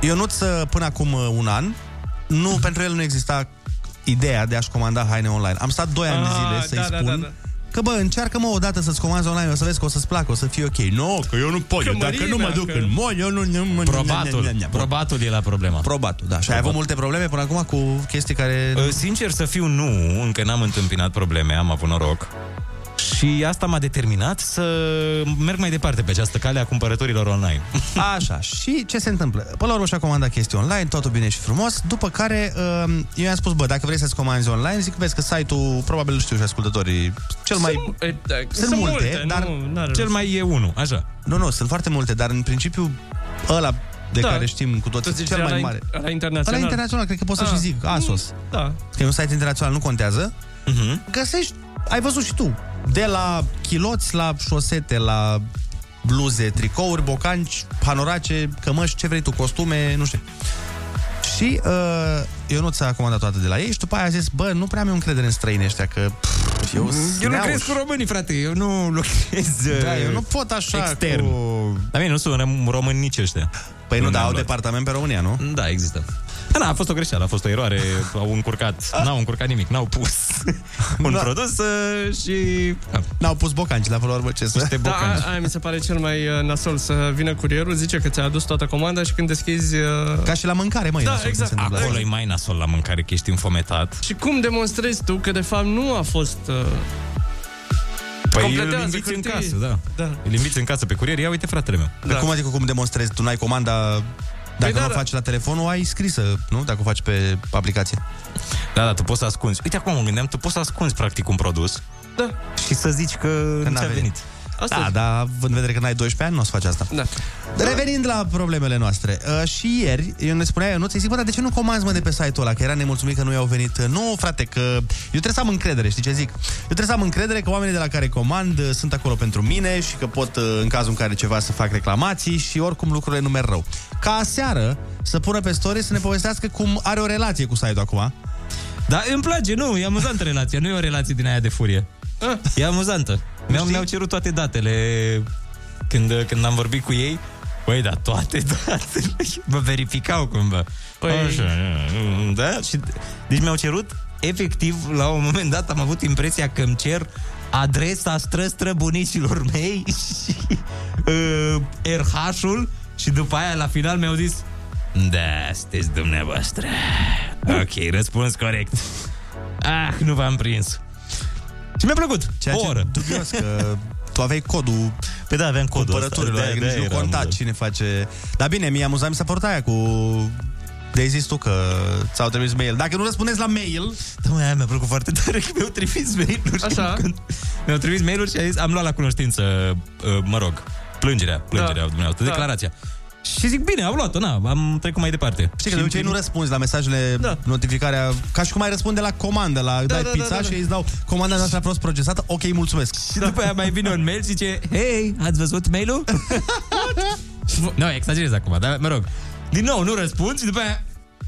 Speaker 6: Ionuț, uh, până acum un an, nu, pentru el nu exista ideea de a-și comanda haine online. Am stat 2 ani de
Speaker 8: Ah,
Speaker 6: zile să-i
Speaker 8: da, da,
Speaker 6: spun
Speaker 8: da, da.
Speaker 6: că, bă, încearcă-mă odată să-ți comanzi online, o să vezi că o să-ți placă, o să fie ok. Nu, că eu nu pot,
Speaker 7: Că
Speaker 6: eu, dacă nu mă
Speaker 7: mărimea,
Speaker 6: duc
Speaker 7: că-
Speaker 6: în mod, eu nu... nu- nu-
Speaker 7: Probatul.
Speaker 6: nu- nu- nu-
Speaker 7: Probatul e la problema.
Speaker 6: Probatul, da. Și ai avut multe probleme până acum cu chestii care...
Speaker 7: Uh, Sincer să fiu, nu, încă n-am întâmpinat probleme, am avut noroc. Și asta m-a determinat să merg mai departe pe această cale a cumpărătorilor online.
Speaker 6: Așa, și ce se întâmplă? Până la urmă și-a comandat chestii online, totul bine și frumos, după care um, eu i-am spus, bă, dacă vrei să-ți comanzi online, zic, vezi că site-ul, probabil nu știu și ascultătorii, cel mai...
Speaker 8: Sunt, e, da,
Speaker 6: Sunt, multe, dar
Speaker 7: cel mai e unul, așa.
Speaker 6: Nu, nu, sunt foarte multe, dar în principiu ăla de
Speaker 8: Da.
Speaker 6: care știm cu toții,
Speaker 8: Tu zici
Speaker 6: cel
Speaker 8: de
Speaker 6: mai
Speaker 8: ăla in-
Speaker 6: mare.
Speaker 8: ăla internațional.
Speaker 6: Ăla internațional, cred că pot să
Speaker 8: Ah.
Speaker 6: și zic, ASOS.
Speaker 8: Da.
Speaker 6: Că e un site internațional, nu contează.
Speaker 7: Mhm.
Speaker 6: Uh-huh. Găsești, ai văzut și tu, de la chiloți la șosete, la bluze, tricouri, bocanci, panorace, cămăși, ce vrei tu, costume, nu știu. Și uh, eu nu ți-a comandat toate de la ei și după aia a zis, bă, nu prea am eu încredere în străini ăștia, că pff, eu,
Speaker 7: Mhm. Mm, Eu
Speaker 6: sneauș.
Speaker 7: lucrez cu românii, frate, eu nu lucrez uh,
Speaker 6: Da, eu nu pot așa
Speaker 7: extern.
Speaker 6: cu-
Speaker 7: Dar bine, nu sunt răm- români nici ăștia.
Speaker 6: Păi nu,
Speaker 7: Unde
Speaker 6: dar
Speaker 7: am
Speaker 6: au
Speaker 7: luat.
Speaker 6: departament pe România, nu?
Speaker 7: Da, există. Da, na, a fost o greșeală, a fost o eroare, au încurcat, n-au încurcat nimic, n-au pus un
Speaker 6: Da.
Speaker 7: produs uh, și...
Speaker 6: N-au pus bocanci, la urmă ce să...
Speaker 7: Niște
Speaker 8: Da,
Speaker 7: bocanci.
Speaker 8: a- aia mi se pare cel mai uh, nasol să vină curierul, zice că ți-a adus toată comanda și când deschizi... uh,
Speaker 6: Ca și la mâncare, măi,
Speaker 8: Da, exact.
Speaker 7: Acolo e mai nasol la mâncare, că ești înfometat.
Speaker 8: Și cum demonstrezi tu că de fapt nu a fost... Uh...
Speaker 7: Păi îl
Speaker 8: Completează
Speaker 7: inviți în
Speaker 8: hârtie.
Speaker 7: casă, da.
Speaker 8: da.
Speaker 7: Îl inviți în casă pe curier, ia uite fratele meu.
Speaker 6: Dar cum adică cum demonstrezi? Tu n-ai comanda... Dacă
Speaker 7: da,
Speaker 6: nu o
Speaker 7: da.
Speaker 6: faci la telefon, o ai scrisă, nu? Dacă o faci pe aplicație.
Speaker 7: Da, da, tu poți să ascunzi. Uite acum mă gândeam, tu poți să ascunzi practic un produs.
Speaker 8: Da.
Speaker 7: Și să zici că,
Speaker 6: Că
Speaker 7: nu
Speaker 6: n-a
Speaker 7: ți-a venit.
Speaker 6: Asta da, dar având în vedere că n-ai 12 ani, nu o să faci asta.
Speaker 8: Da.
Speaker 6: Revenind la problemele noastre, uh, și ieri eu ne spunea Ionuț, îi zic, bă, dar de ce nu comanzi, mă, de pe site-ul ăla, că era nemulțumit că nu i-au venit? uh, Nu, frate, că eu trebuie să am încredere, știi ce zic? Eu trebuie să am încredere că oamenii de la care comand uh, sunt acolo pentru mine și că pot, uh, în cazul în care ceva, să fac reclamații și oricum lucrurile nu merg rău. Ca aseară să pună pe story să ne povestească cum are o relație cu site-ul acum.
Speaker 7: Da, îmi place, nu, e amuzantă relația, nu e o relație din aia de furie. E amuzantă. Mi-au, mi-au cerut toate datele când, când am vorbit cu ei. Băi, da, toate datele. Mă verificau cumva.
Speaker 8: Păi-
Speaker 7: Așa, da, și, deci mi-au cerut, efectiv, la un moment dat am avut impresia că îmi cer adresa străstră bunicilor mei și uh, RH-ul și după aia, la final, mi-au zis Da, sunteți dumneavoastră. Ok, răspuns corect. Ah, nu v-am prins. Și mi-a plăcut.
Speaker 6: Ceea
Speaker 7: o
Speaker 6: ce
Speaker 7: oră.
Speaker 6: dubios că tu aveai codul
Speaker 7: Pe da, aveam codul ăsta.
Speaker 6: cumpărăturilor,
Speaker 7: De-aia-
Speaker 6: adică nici
Speaker 7: de-aia
Speaker 6: nu
Speaker 7: era
Speaker 6: conta
Speaker 7: amuzant.
Speaker 6: cine face... Dar bine, mi-a amuzat, mi s-a părut aia cu de zis tu că ți-au trimis mail. Dacă nu răspundeți la mail...
Speaker 21: Da, mă, aia mi-a plăcut foarte tare că mi-au trimis mail-uri. Așa. Când mi-au trimis mail-uri și a zis, am luat la cunoștință, uh, mă rog, plângerea, plângerea da. dumneavoastră, da. declarația. Și zic, bine, am luat-o, na, am trecut mai departe.
Speaker 6: Știi că de obicei nu răspunzi la mesajele, da. notificarea, ca și cum ai răspunde la comandă, la da, dai da, pizza da, da, da. și îți dau comanda noastră prost procesată, ok, mulțumesc.
Speaker 21: Și după aia mai vine un mail și zice, hei, ați văzut mail-ul? nu, exagerez acum, dar mă rog. Din nou, nu răspunzi și după aia,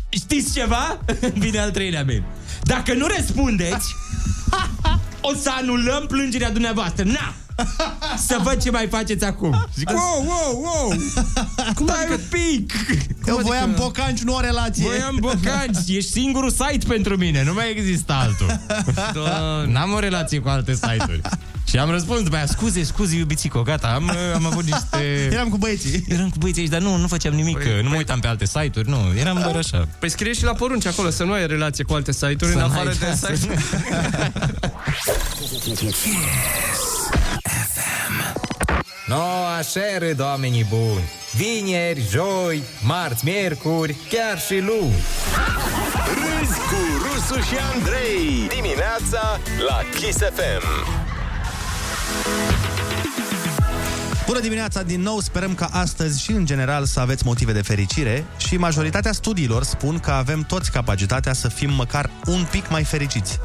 Speaker 21: știți ceva? vine al treilea mail. Dacă nu răspundeți, o să anulăm plângerea dumneavoastră. Na! Să văd ce mai faceți acum. Zic, wow, wow, wow! Cum Stai adică... un pic!
Speaker 6: Cum Eu voiam
Speaker 8: adică?
Speaker 6: bocanci, nu o relație.
Speaker 21: Voiam bocanci, ești singurul site pentru mine, nu mai există altul. Doamne. N-am o relație cu alte site-uri. Și am răspuns după aia, scuze, scuze, iubițico, gata, am, am avut niște...
Speaker 6: Eram cu băieții.
Speaker 21: Eram cu băieții aici, dar nu, nu făceam nimic, păi, nu mă uitam pe alte site-uri, nu, eram doar așa.
Speaker 8: Păi scrie și la porunci acolo, să nu ai relație cu alte site-uri,
Speaker 21: Să
Speaker 8: în
Speaker 21: n-ai
Speaker 8: afară de
Speaker 21: casă.
Speaker 8: site
Speaker 14: Noua seară, oamenii buni! Vineri, joi, marți, miercuri, chiar și luni!
Speaker 4: Râzi cu Rusu și Andrei Dimineața la Kiss FM
Speaker 6: Bună dimineața din nou, sperăm ca astăzi și în general să aveți motive de fericire și majoritatea studiilor spun că avem toți capacitatea să fim măcar un pic mai fericiți.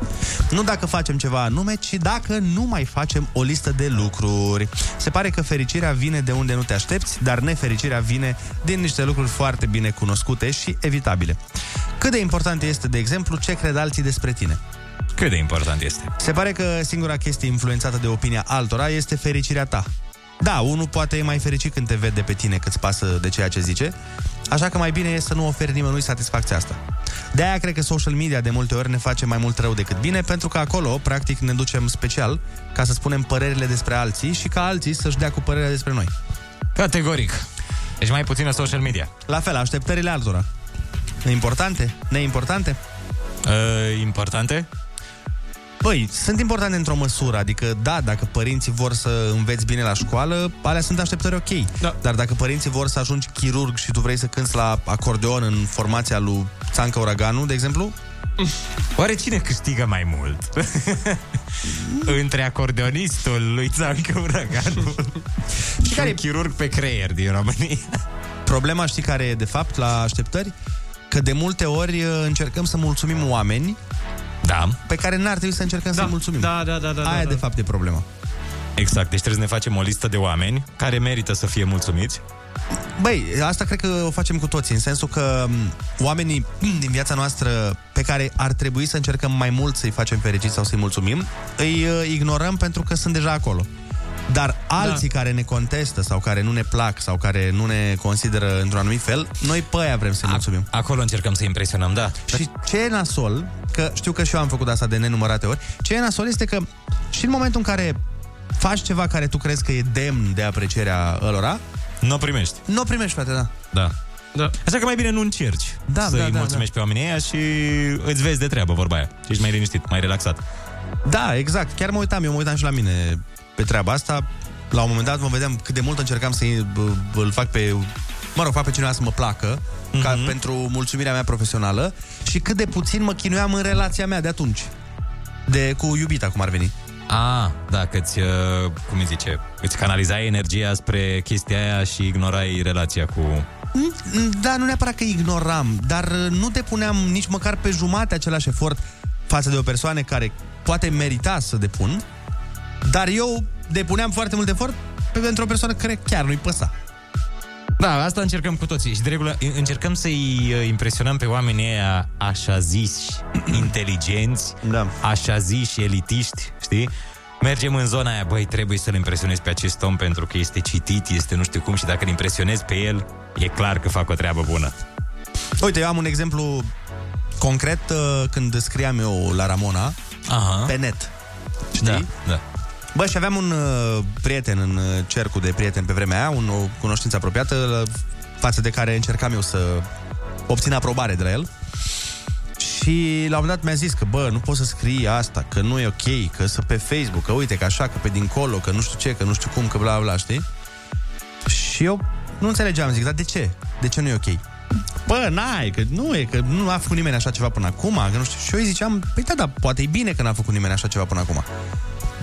Speaker 6: Nu dacă facem ceva anume, ci dacă nu mai facem o listă de lucruri. Se pare că fericirea vine de unde nu te aștepți, dar nefericirea vine din niște lucruri foarte bine cunoscute și evitabile. Cât de important este, de exemplu, ce cred alții despre tine?
Speaker 7: Cât de important este?
Speaker 6: Se pare că singura chestie influențată de opinia altora este fericirea ta. Da, unul poate e mai fericit când te vede pe tine că-ți pasă de ceea ce zice, așa că mai bine e să nu oferi nimănui satisfacția asta. De aia cred că social media de multe ori ne face mai mult rău decât bine, pentru că acolo, practic, ne ducem special ca să spunem părerile despre alții și ca alții să-și dea cu părerea despre noi.
Speaker 21: Categoric.
Speaker 7: Deci mai puțină social media.
Speaker 6: La fel, așteptările altora. Importante? Neimportante?
Speaker 7: Uh, importante?
Speaker 6: Păi, sunt importante într-o măsură, adică da, dacă părinții vor să înveți bine la școală, alea sunt așteptări ok. Da. Dar dacă părinții vor să ajungi chirurg și tu vrei să cânți la acordeon în formația lui Țancă Uraganu, de exemplu,
Speaker 7: Oare cine câștigă mai mult? Între acordeonistul lui Țancă Uraganu și care... un chirurg pe creier din România.
Speaker 6: Problema știi care e de fapt la așteptări? Că de multe ori uh, încercăm să mulțumim oameni
Speaker 7: da.
Speaker 6: pe care n-ar trebui să încercăm da. să mulțumim.
Speaker 8: Da, da, da, da.
Speaker 6: Aia
Speaker 8: da,
Speaker 6: de fapt e problema.
Speaker 7: Exact, deci trebuie să ne facem o listă de oameni care merită să fie mulțumiți.
Speaker 6: Băi, asta cred că o facem cu toții, în sensul că m, oamenii m, din viața noastră pe care ar trebui să încercăm mai mult să-i facem fericiți sau să-i mulțumim, îi uh, ignorăm pentru că sunt deja acolo. Dar alții da. care ne contestă sau care nu ne plac sau care nu ne consideră într-un anumit fel, noi pe aia vrem să-i mulțumim.
Speaker 7: Acolo încercăm să impresionăm, da.
Speaker 6: Și ce e nasol, că știu că și eu am făcut asta de nenumărate ori, ce e nasol este că și în momentul în care faci ceva care tu crezi că e demn de aprecierea ălora,
Speaker 7: Nu o primești.
Speaker 6: nu o primești, frate, da.
Speaker 7: Da. Da. Așa că mai bine nu încerci
Speaker 6: Da,
Speaker 7: să-i
Speaker 6: da, da,
Speaker 7: mulțumești pe oamenii aia și îți vezi de treabă vorba aia. Și ești mai liniștit, mai relaxat.
Speaker 6: Da, exact. Chiar mă uitam, eu mă uitam și la mine pe treaba asta. La un moment dat mă vedeam cât de mult încercam să îl fac pe mă rog, fac pe cineva să mă placă, mm-hmm.
Speaker 7: Mhm.
Speaker 6: ca pentru mulțumirea mea profesională și cât de puțin mă chinuiam în relația mea de atunci. De cu iubita, cum ar veni.
Speaker 7: A, da, că îți, uh, cum îi zice, îți canalizai energia spre chestia aia și ignorai relația cu...
Speaker 6: Mm, Da, nu neapărat că ignoram, dar uh, nu depuneam nici măcar pe jumate același efort față de o persoană care poate merita să depun, dar eu depuneam foarte mult efort pe- pentru o persoană care chiar nu-i păsa.
Speaker 7: Da, asta încercăm cu toții și de regulă în- încercăm să-i uh, impresionăm pe oamenii aia așa ziși, inteligenți,
Speaker 6: da.
Speaker 7: așa ziși, elitiști, știi? Mergem în zona aia, băi, trebuie să-l impresionezi pe acest om pentru că este citit, este nu știu cum și dacă îl impresionezi pe el, e clar că fac o treabă bună.
Speaker 6: Uite, eu am un exemplu concret uh, când scriam eu la Ramona
Speaker 7: Aha.
Speaker 6: pe net. Știi?
Speaker 7: Da, da.
Speaker 6: Bă, și aveam un uh, prieten în uh, cercul de prieteni pe vremea aia, un, o cunoștință apropiată, uh, față de care încercam eu să obțin aprobare de la el. Și la un moment dat mi-a zis că, bă, nu poți să scrii asta, că nu e ok, că să pe Facebook, că uite, că așa, că pe dincolo, că nu știu ce, că nu știu cum, că bla, bla, bla, știi? Și eu nu înțelegeam, zic, dar de ce? De ce nu e ok? Bă, n-ai, că nu e, că nu a făcut nimeni așa ceva până acum, că nu știu. Și eu îi ziceam, păi da, dar poate e bine că n-a făcut nimeni așa ceva până acum.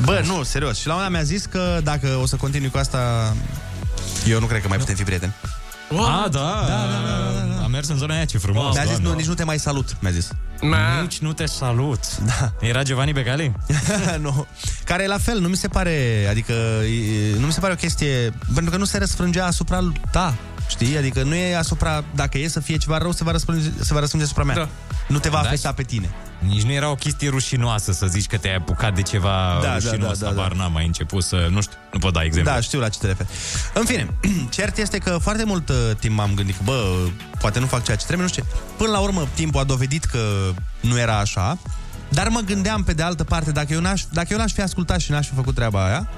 Speaker 6: Bă, nu, serios. Și la un moment dat mi-a zis că dacă o să continui cu asta, eu nu cred că mai putem fi prieteni.
Speaker 7: Ah, da. Da, da, da, da, da. Am mers în zona aia, ce frumos.
Speaker 6: mi-a zis,
Speaker 7: doamne.
Speaker 6: nu, nici nu te mai salut, mi-a zis.
Speaker 7: Nici nu te salut. Da. Era Giovanni Becali?
Speaker 6: nu. Care la fel, nu mi se pare, adică e, nu mi se pare o chestie, pentru că nu se răsfrângea asupra ta, știi? Adică nu e asupra, dacă e să fie ceva rău, se va răsfrânge, se va răsfrânge asupra mea. Da. Nu te va afecta pe tine.
Speaker 7: Nici nu era o chestie rușinoasă să zici că te-ai apucat de ceva
Speaker 6: Da, da,
Speaker 7: da, rușinos,
Speaker 6: da,
Speaker 7: da,
Speaker 6: da,
Speaker 7: da, da, n-am mai început să, nu știu, nu pot da exemplu.
Speaker 6: Da, știu la ce te referi. În fine, cert este că foarte mult uh, timp m-am gândit că, bă, poate nu fac ceea ce trebuie, nu știu. ce. Până la urmă, timpul a dovedit că nu era așa, dar mă gândeam pe de altă parte, dacă eu, n-aș, dacă eu l-aș fi ascultat și n-aș fi făcut treaba aia,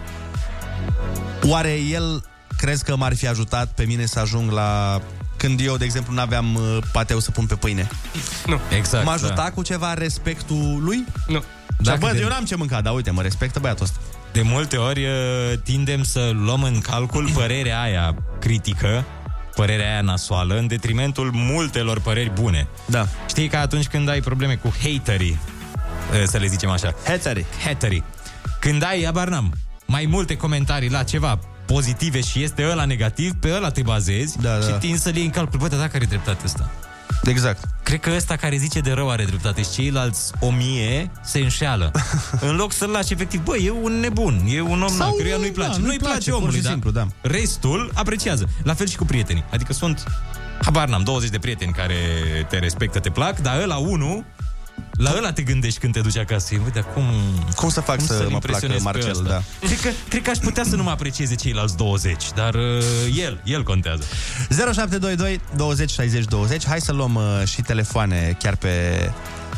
Speaker 6: oare el crezi că m-ar fi ajutat pe mine să ajung la când eu, de exemplu, n-aveam uh, pateu să pun pe pâine.
Speaker 7: Nu. Exact,
Speaker 6: M-a ajutat
Speaker 7: da.
Speaker 6: cu ceva respectul lui?
Speaker 8: Nu.
Speaker 6: Dar
Speaker 7: Dacă
Speaker 6: bă,
Speaker 7: de-
Speaker 6: eu n-am ce mânca, dar uite, mă respectă băiatul ăsta.
Speaker 7: De multe ori uh, tindem să luăm în calcul părerea aia critică, părerea aia nasoală, în detrimentul multelor păreri bune.
Speaker 6: Da.
Speaker 7: Știi că atunci când ai probleme cu haterii, uh, să le zicem așa.
Speaker 6: Haterii.
Speaker 7: Haterii. Când ai, abar n-am, mai multe comentarii la ceva pozitive și este ăla negativ, pe ăla te bazezi da,
Speaker 6: da.
Speaker 7: și tinzi să-l iei în calcul. Bă, dar dacă are dreptate asta?
Speaker 6: Exact.
Speaker 7: Cred că ăsta care zice de rău are dreptate și ceilalți o mie se înșeală. în loc să-l lași efectiv, bă, e un nebun, e un om la
Speaker 6: Sau,
Speaker 7: căruia nu-i
Speaker 6: da,
Speaker 7: place.
Speaker 6: nu-i
Speaker 7: nu-i place,
Speaker 6: place, pur și
Speaker 7: omului, da?
Speaker 6: simplu, da.
Speaker 7: Restul apreciază. La fel și cu prietenii. Adică sunt, habar n-am, 20 de prieteni care te respectă, te plac, dar ăla unul, la ăla te gândești când te duci acasă. Uite, dar cum...
Speaker 6: Cum să fac să
Speaker 7: să-l
Speaker 6: mă
Speaker 7: impresionez
Speaker 6: placă
Speaker 7: pe
Speaker 6: Marcel,
Speaker 7: ăsta?
Speaker 6: da.
Speaker 7: Cred că, cred că aș putea să nu mă aprecieze ceilalți 20, dar uh, el, el contează.
Speaker 6: 0722 20 60 20 Hai să luăm uh, și telefoane chiar pe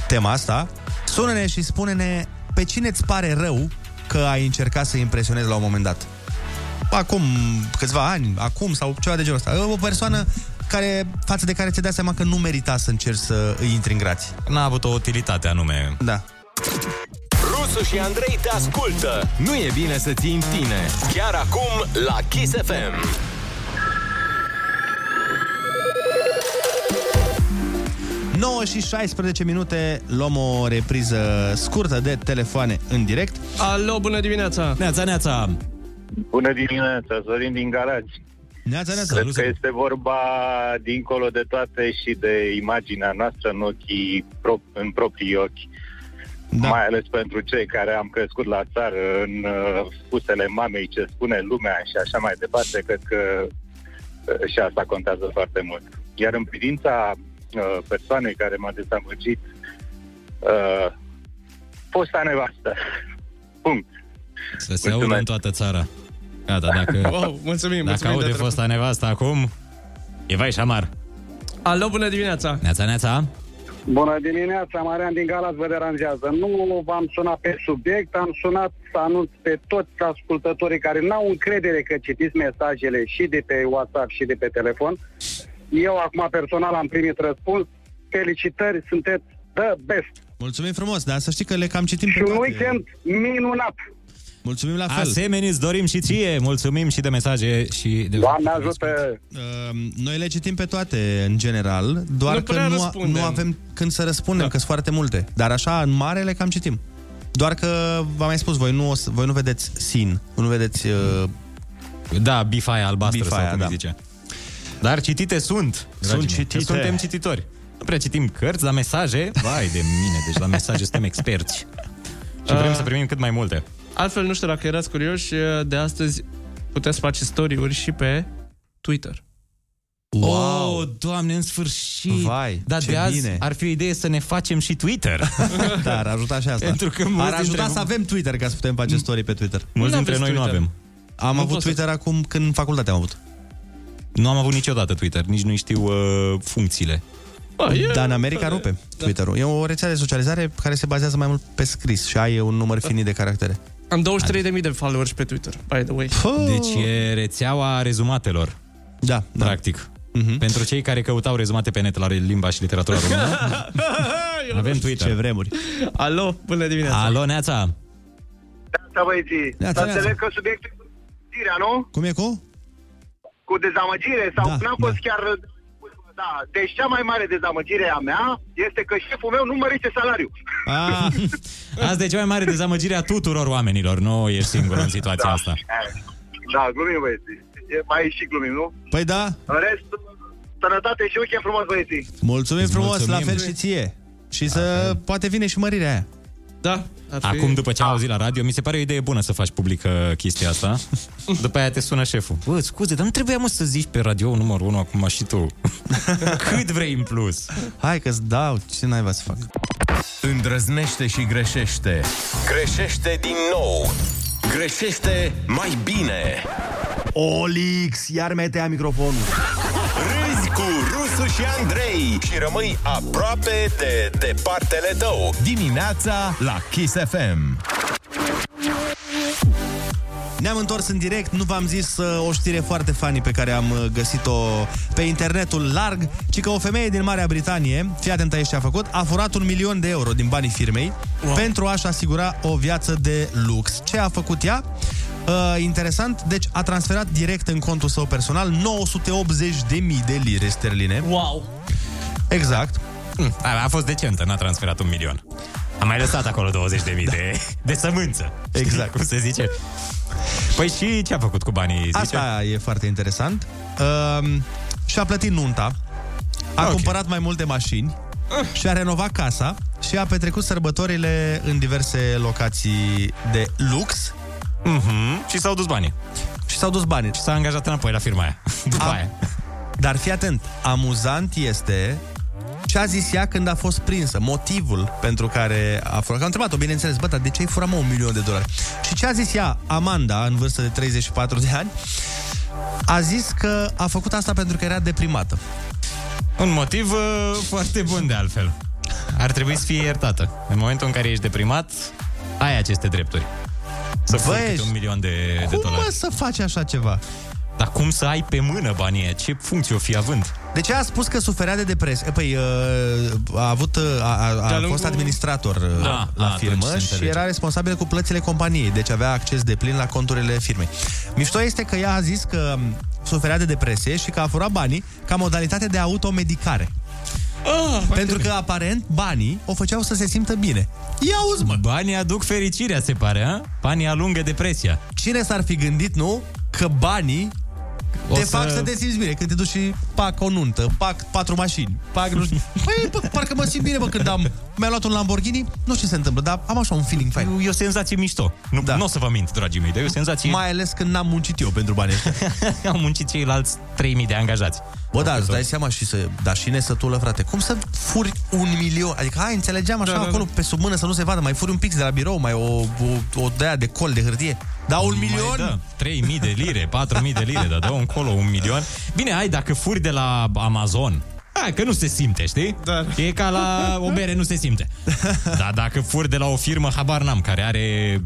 Speaker 6: tema asta Sună-ne și spune-ne pe cine îți pare rău că ai încercat să impresionezi la un moment dat Acum câțiva ani, acum sau ceva de genul ăsta O persoană care, față de care ți dai seama că nu merita să încerci să îi intri în grați
Speaker 7: N-a avut o utilitate anume
Speaker 6: Da
Speaker 9: Rusu și Andrei te ascultă. Nu e bine să ții în tine. Chiar acum la Kiss FM.
Speaker 6: 9 și 16 minute Luăm o repriză scurtă de telefoane în direct
Speaker 8: Alo, bună dimineața!
Speaker 7: Neața, neața!
Speaker 22: Bună dimineața, Zorin din Garaj.
Speaker 6: Neața, neața!
Speaker 22: Cred că este vorba dincolo de toate și de imaginea noastră în ochii, pro- în proprii ochi. Da. Mai ales pentru cei care am crescut la țară în uh, spusele mamei ce spune lumea și așa mai departe, cred că uh, și asta contează foarte mult. Iar în privința uh, persoanei care m-a dezamăgit, uh, fosta nevastă. Punct.
Speaker 7: Să se audă în toată țara. Gata, dacă...
Speaker 8: Wow, mulțumim,
Speaker 7: Dacă
Speaker 8: mulțumim de
Speaker 7: aude
Speaker 8: telefon.
Speaker 7: fosta nevastă acum, e vai și amar.
Speaker 8: Alo, bună dimineața!
Speaker 7: Neața, neața.
Speaker 23: Bună dimineața, Marian din Galați vă deranjează. Nu v-am sunat pe subiect, am sunat să anunț pe toți ascultătorii care n-au încredere că citiți mesajele și de pe WhatsApp și de pe telefon. Eu acum personal am primit răspuns. Felicitări, sunteți the best.
Speaker 6: Mulțumim frumos, dar să știi că le cam citim
Speaker 23: Și
Speaker 6: pe
Speaker 23: un
Speaker 6: toate.
Speaker 23: weekend minunat.
Speaker 6: Mulțumim la fel.
Speaker 7: Asemenea, îți dorim și ție. Mulțumim și de mesaje și de...
Speaker 23: Doamne ajută!
Speaker 6: Ehm, Noi le citim pe toate, în general, doar
Speaker 7: Nu
Speaker 6: că
Speaker 7: prea
Speaker 6: nu, a-
Speaker 7: răspundem.
Speaker 6: nu avem când să răspundem, da. că sunt foarte multe. Dar așa, în mare, le cam citim. Doar că, v-am mai spus, voi nu, o să- voi nu vedeți sin, nu vedeți... Uh,
Speaker 7: Da, bifa aia albastră
Speaker 6: Bifa
Speaker 7: bifa sau
Speaker 6: aia,
Speaker 7: cum
Speaker 6: da.
Speaker 7: da. zice. Dar citite sunt. dragii mei, că
Speaker 6: citite.
Speaker 7: Suntem cititori. Nu prea citim cărți, dar mesaje. Vai de mine, deci la mesaje suntem experți. Și vrem
Speaker 8: Ah.
Speaker 7: să primim cât mai multe.
Speaker 8: Altfel, nu știu dacă erați curioși, eh, de astăzi puteți face story-uri și pe Twitter.
Speaker 7: Wow, oh, doamne, în sfârșit!
Speaker 6: Vai,
Speaker 7: Dar
Speaker 6: ce
Speaker 7: de azi
Speaker 6: bine.
Speaker 7: ar fi o idee să ne facem și Twitter.
Speaker 6: da, ar ajuta și asta.
Speaker 7: Pentru că
Speaker 6: ar
Speaker 7: mulți
Speaker 6: ajuta
Speaker 7: dintre-
Speaker 6: să avem Twitter ca să putem face story pe Twitter.
Speaker 7: Mulți dintre noi nu avem.
Speaker 6: Am
Speaker 7: Nu
Speaker 6: avut
Speaker 7: poți să-
Speaker 6: Twitter acum când în facultate am avut.
Speaker 7: Nu am avut niciodată Twitter, nici nu știu uh, funcțiile.
Speaker 6: Dar Da, în America rupe
Speaker 7: Da.
Speaker 6: Twitter-ul. E o rețea de socializare care se bazează mai mult pe scris și ai un
Speaker 7: Da.
Speaker 6: număr finit de caractere.
Speaker 8: Am 23.000 de followers pe Twitter, by the way.
Speaker 6: Păi
Speaker 7: Deci e rețeaua rezumatelor.
Speaker 6: Da, Mhm.
Speaker 7: da. Practic. Mm-hmm. Pentru cei care căutau rezumate pe net la limba și literatura română, avem Twitter.
Speaker 6: Ce vremuri.
Speaker 8: Alo, bună dimineața!
Speaker 7: Alo, Neața!
Speaker 24: Neața, Da, băieții.
Speaker 6: Neața,
Speaker 24: Dar înțeleg
Speaker 6: neața.
Speaker 24: că subiectul e cu dezamăgirea, nu?
Speaker 6: Cum e cu?
Speaker 24: Cu dezamăgire sau da, n-a fost da. chiar... da. Deci cea mai mare dezamăgire a mea este că șeful meu nu mărește salariul.
Speaker 21: Ah, asta e
Speaker 7: deci,
Speaker 21: cea mai mare dezamăgire a tuturor oamenilor. Nu ești singur în situația da. asta.
Speaker 24: Da, glumim, băieții. E, mai e și glumim, nu?
Speaker 6: Păi da,
Speaker 24: În rest, sănătate și weekend frumos, băieții.
Speaker 6: mulțumim
Speaker 24: Îți
Speaker 6: frumos,
Speaker 24: mulțumim.
Speaker 6: la fel și ție. Și să poate vine și mărirea aia.
Speaker 8: Da.
Speaker 7: Acum, după ce am auzit la radio, mi se pare o idee bună să faci publică chestia asta. După aia te sună șeful. Bă, scuze, dar nu trebuia mă să zici pe radio numărul 1 acum și tu. Cât vrei în plus?
Speaker 6: Hai că-ți dau, ce n-ai să fac?
Speaker 5: Îndrăznește și greșește.
Speaker 9: Greșește din nou. Greșește mai bine.
Speaker 6: Olix, iar metea microfonul.
Speaker 9: Râzi cu Rusu și Andrei și rămâi aproape de departele tău.
Speaker 5: Dimineața la Kiss FM.
Speaker 6: Ne-am întors în direct, nu v-am zis uh, o știre foarte funny pe care am uh, găsit-o pe internetul larg, ci că o femeie din Marea Britanie, fii atent aici ce a făcut, a furat un milion de euro din banii firmei wow. pentru a-și asigura o viață de lux. Ce a făcut ea? Uh, interesant, deci a transferat direct în contul său personal 980.000 de lire sterline.
Speaker 21: Wow!
Speaker 6: Exact.
Speaker 7: Hm, A, a fost decentă, n-a transferat un milion. A mai lăsat acolo 20.000 de,
Speaker 6: Da.
Speaker 7: de, de sămânță. Exact. Știi, cum se zice? Păi și ce a făcut cu banii? Zice?
Speaker 6: Asta e foarte interesant. Uh, și-a plătit nunta, a okay. cumpărat mai multe mașini
Speaker 7: Ah.
Speaker 6: și a renovat casa și a petrecut sărbătorile în diverse locații de lux.
Speaker 7: Mm-hmm. Și s-au dus banii.
Speaker 6: Și s-au dus banii.
Speaker 7: Și s-a angajat înapoi la firma aia. După aia.
Speaker 6: Dar fii atent, amuzant este ce a zis ea când a fost prinsă, motivul pentru care a furat. Că Am întrebat-o, bineînțeles, bă, dar de ce ai furat, mă, un milion de dolari? Și ce a zis ea, Amanda, în vârstă de 34 de ani, a zis că a făcut asta pentru că era deprimată.
Speaker 7: Un motiv uh, foarte bun de altfel. Ar trebui să fie iertată. În momentul în care ești deprimat, ai aceste drepturi. Să
Speaker 6: Bă,
Speaker 7: furi câte
Speaker 6: ești-
Speaker 7: un milion de, de
Speaker 6: Cum
Speaker 7: dolari.
Speaker 6: mă să faci așa ceva?
Speaker 7: Dar cum să ai pe mână banii aia? Ce funcție o fi având?
Speaker 6: Deci a spus că suferea de depresie. Păi, uh, a avut, uh, a, a, a
Speaker 7: De-a
Speaker 6: fost
Speaker 7: lungul-
Speaker 6: administrator uh,
Speaker 7: Da,
Speaker 6: la
Speaker 7: a, atunci
Speaker 6: firmă
Speaker 7: se
Speaker 6: și
Speaker 7: înțelege.
Speaker 6: era responsabil cu plățile companiei, deci avea acces de plin la conturile firmei. Mișto este că ea a zis că um, suferea de depresie și că a furat banii ca modalitate de automedicare.
Speaker 21: Ah,
Speaker 6: Pentru că aparent banii o făceau să se simtă bine. Ia uzi, mă!
Speaker 7: Banii aduc fericirea, se pare, a? Banii alungă depresia.
Speaker 6: Cine s-ar fi gândit, nu, că banii
Speaker 7: O
Speaker 6: o te
Speaker 7: să-
Speaker 6: să... fac să te simți bine Când te duci și pac o nuntă, pac patru mașini pac, nu știu. Păi, bă, parcă mă simt bine bă, când am Mi-a luat un Lamborghini, nu știu ce se întâmplă Dar am așa un feeling fain
Speaker 7: E o senzație mișto, nu, da. nu o să vă mint, dragii mei, dar e o senzație...
Speaker 6: Mai ales când n-am muncit eu pentru banii ăștia
Speaker 7: Au muncit ceilalți 3.000 de angajați.
Speaker 6: Bă, da, îți dai seama și să, dar și nesătulă, frate. Cum să furi un milion? Adică, hai, înțelegeam așa da,
Speaker 7: Da, da,
Speaker 6: acolo, da, pe sub mână să nu se vadă, mai furi un pix de la birou, mai o, o, o dea de col de hârtie. Da, un milion?
Speaker 7: Da, 3.000 de lire, 4.000 de lire, dar dă încolo un milion. Bine, hai, dacă furi de la Amazon, hai, că nu se simte, știi? Da. E ca la o bere, nu se simte. Dar dacă furi de la o firmă, habar n-am, care are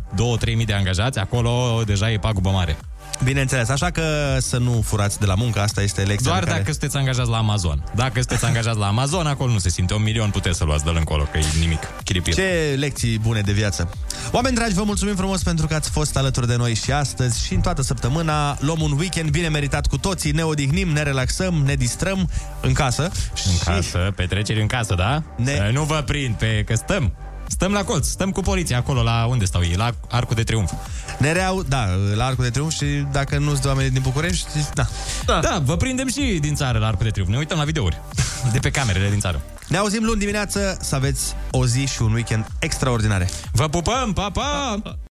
Speaker 7: 2-3.000 de angajați, acolo deja e pagubă mare.
Speaker 6: Bineînțeles, așa că să nu furați de la muncă, asta este lecția
Speaker 7: Doar
Speaker 6: de care...
Speaker 7: dacă sunteți angajați la Amazon. Dacă sunteți angajați la Amazon, acolo nu se simte. Un milion puteți să luați de încolo, că e nimic. Chiripir.
Speaker 6: Ce lecții bune de viață! Oameni dragi, vă mulțumim frumos pentru că ați fost alături de noi și astăzi și în toată săptămâna. Luăm un weekend bine meritat cu toții, ne odihnim, ne relaxăm, ne distrăm în casă.
Speaker 7: În casă, petreceri în casă, da? Ne... Nu vă prind pe că stăm. Stăm la colț, stăm cu poliția acolo, la unde stau ei, la Arcul de Triunf.
Speaker 6: Ne reau, da, la Arcul de Triunf și dacă nu sunt oamenii din București, da.
Speaker 7: Da. da, vă prindem și din țară la Arcul de Triunf. Ne uităm la videouri de pe camerele din țară.
Speaker 6: Ne auzim luni dimineață, să aveți o zi și un weekend extraordinare.
Speaker 7: Vă pupăm, pa, pa! pa, pa.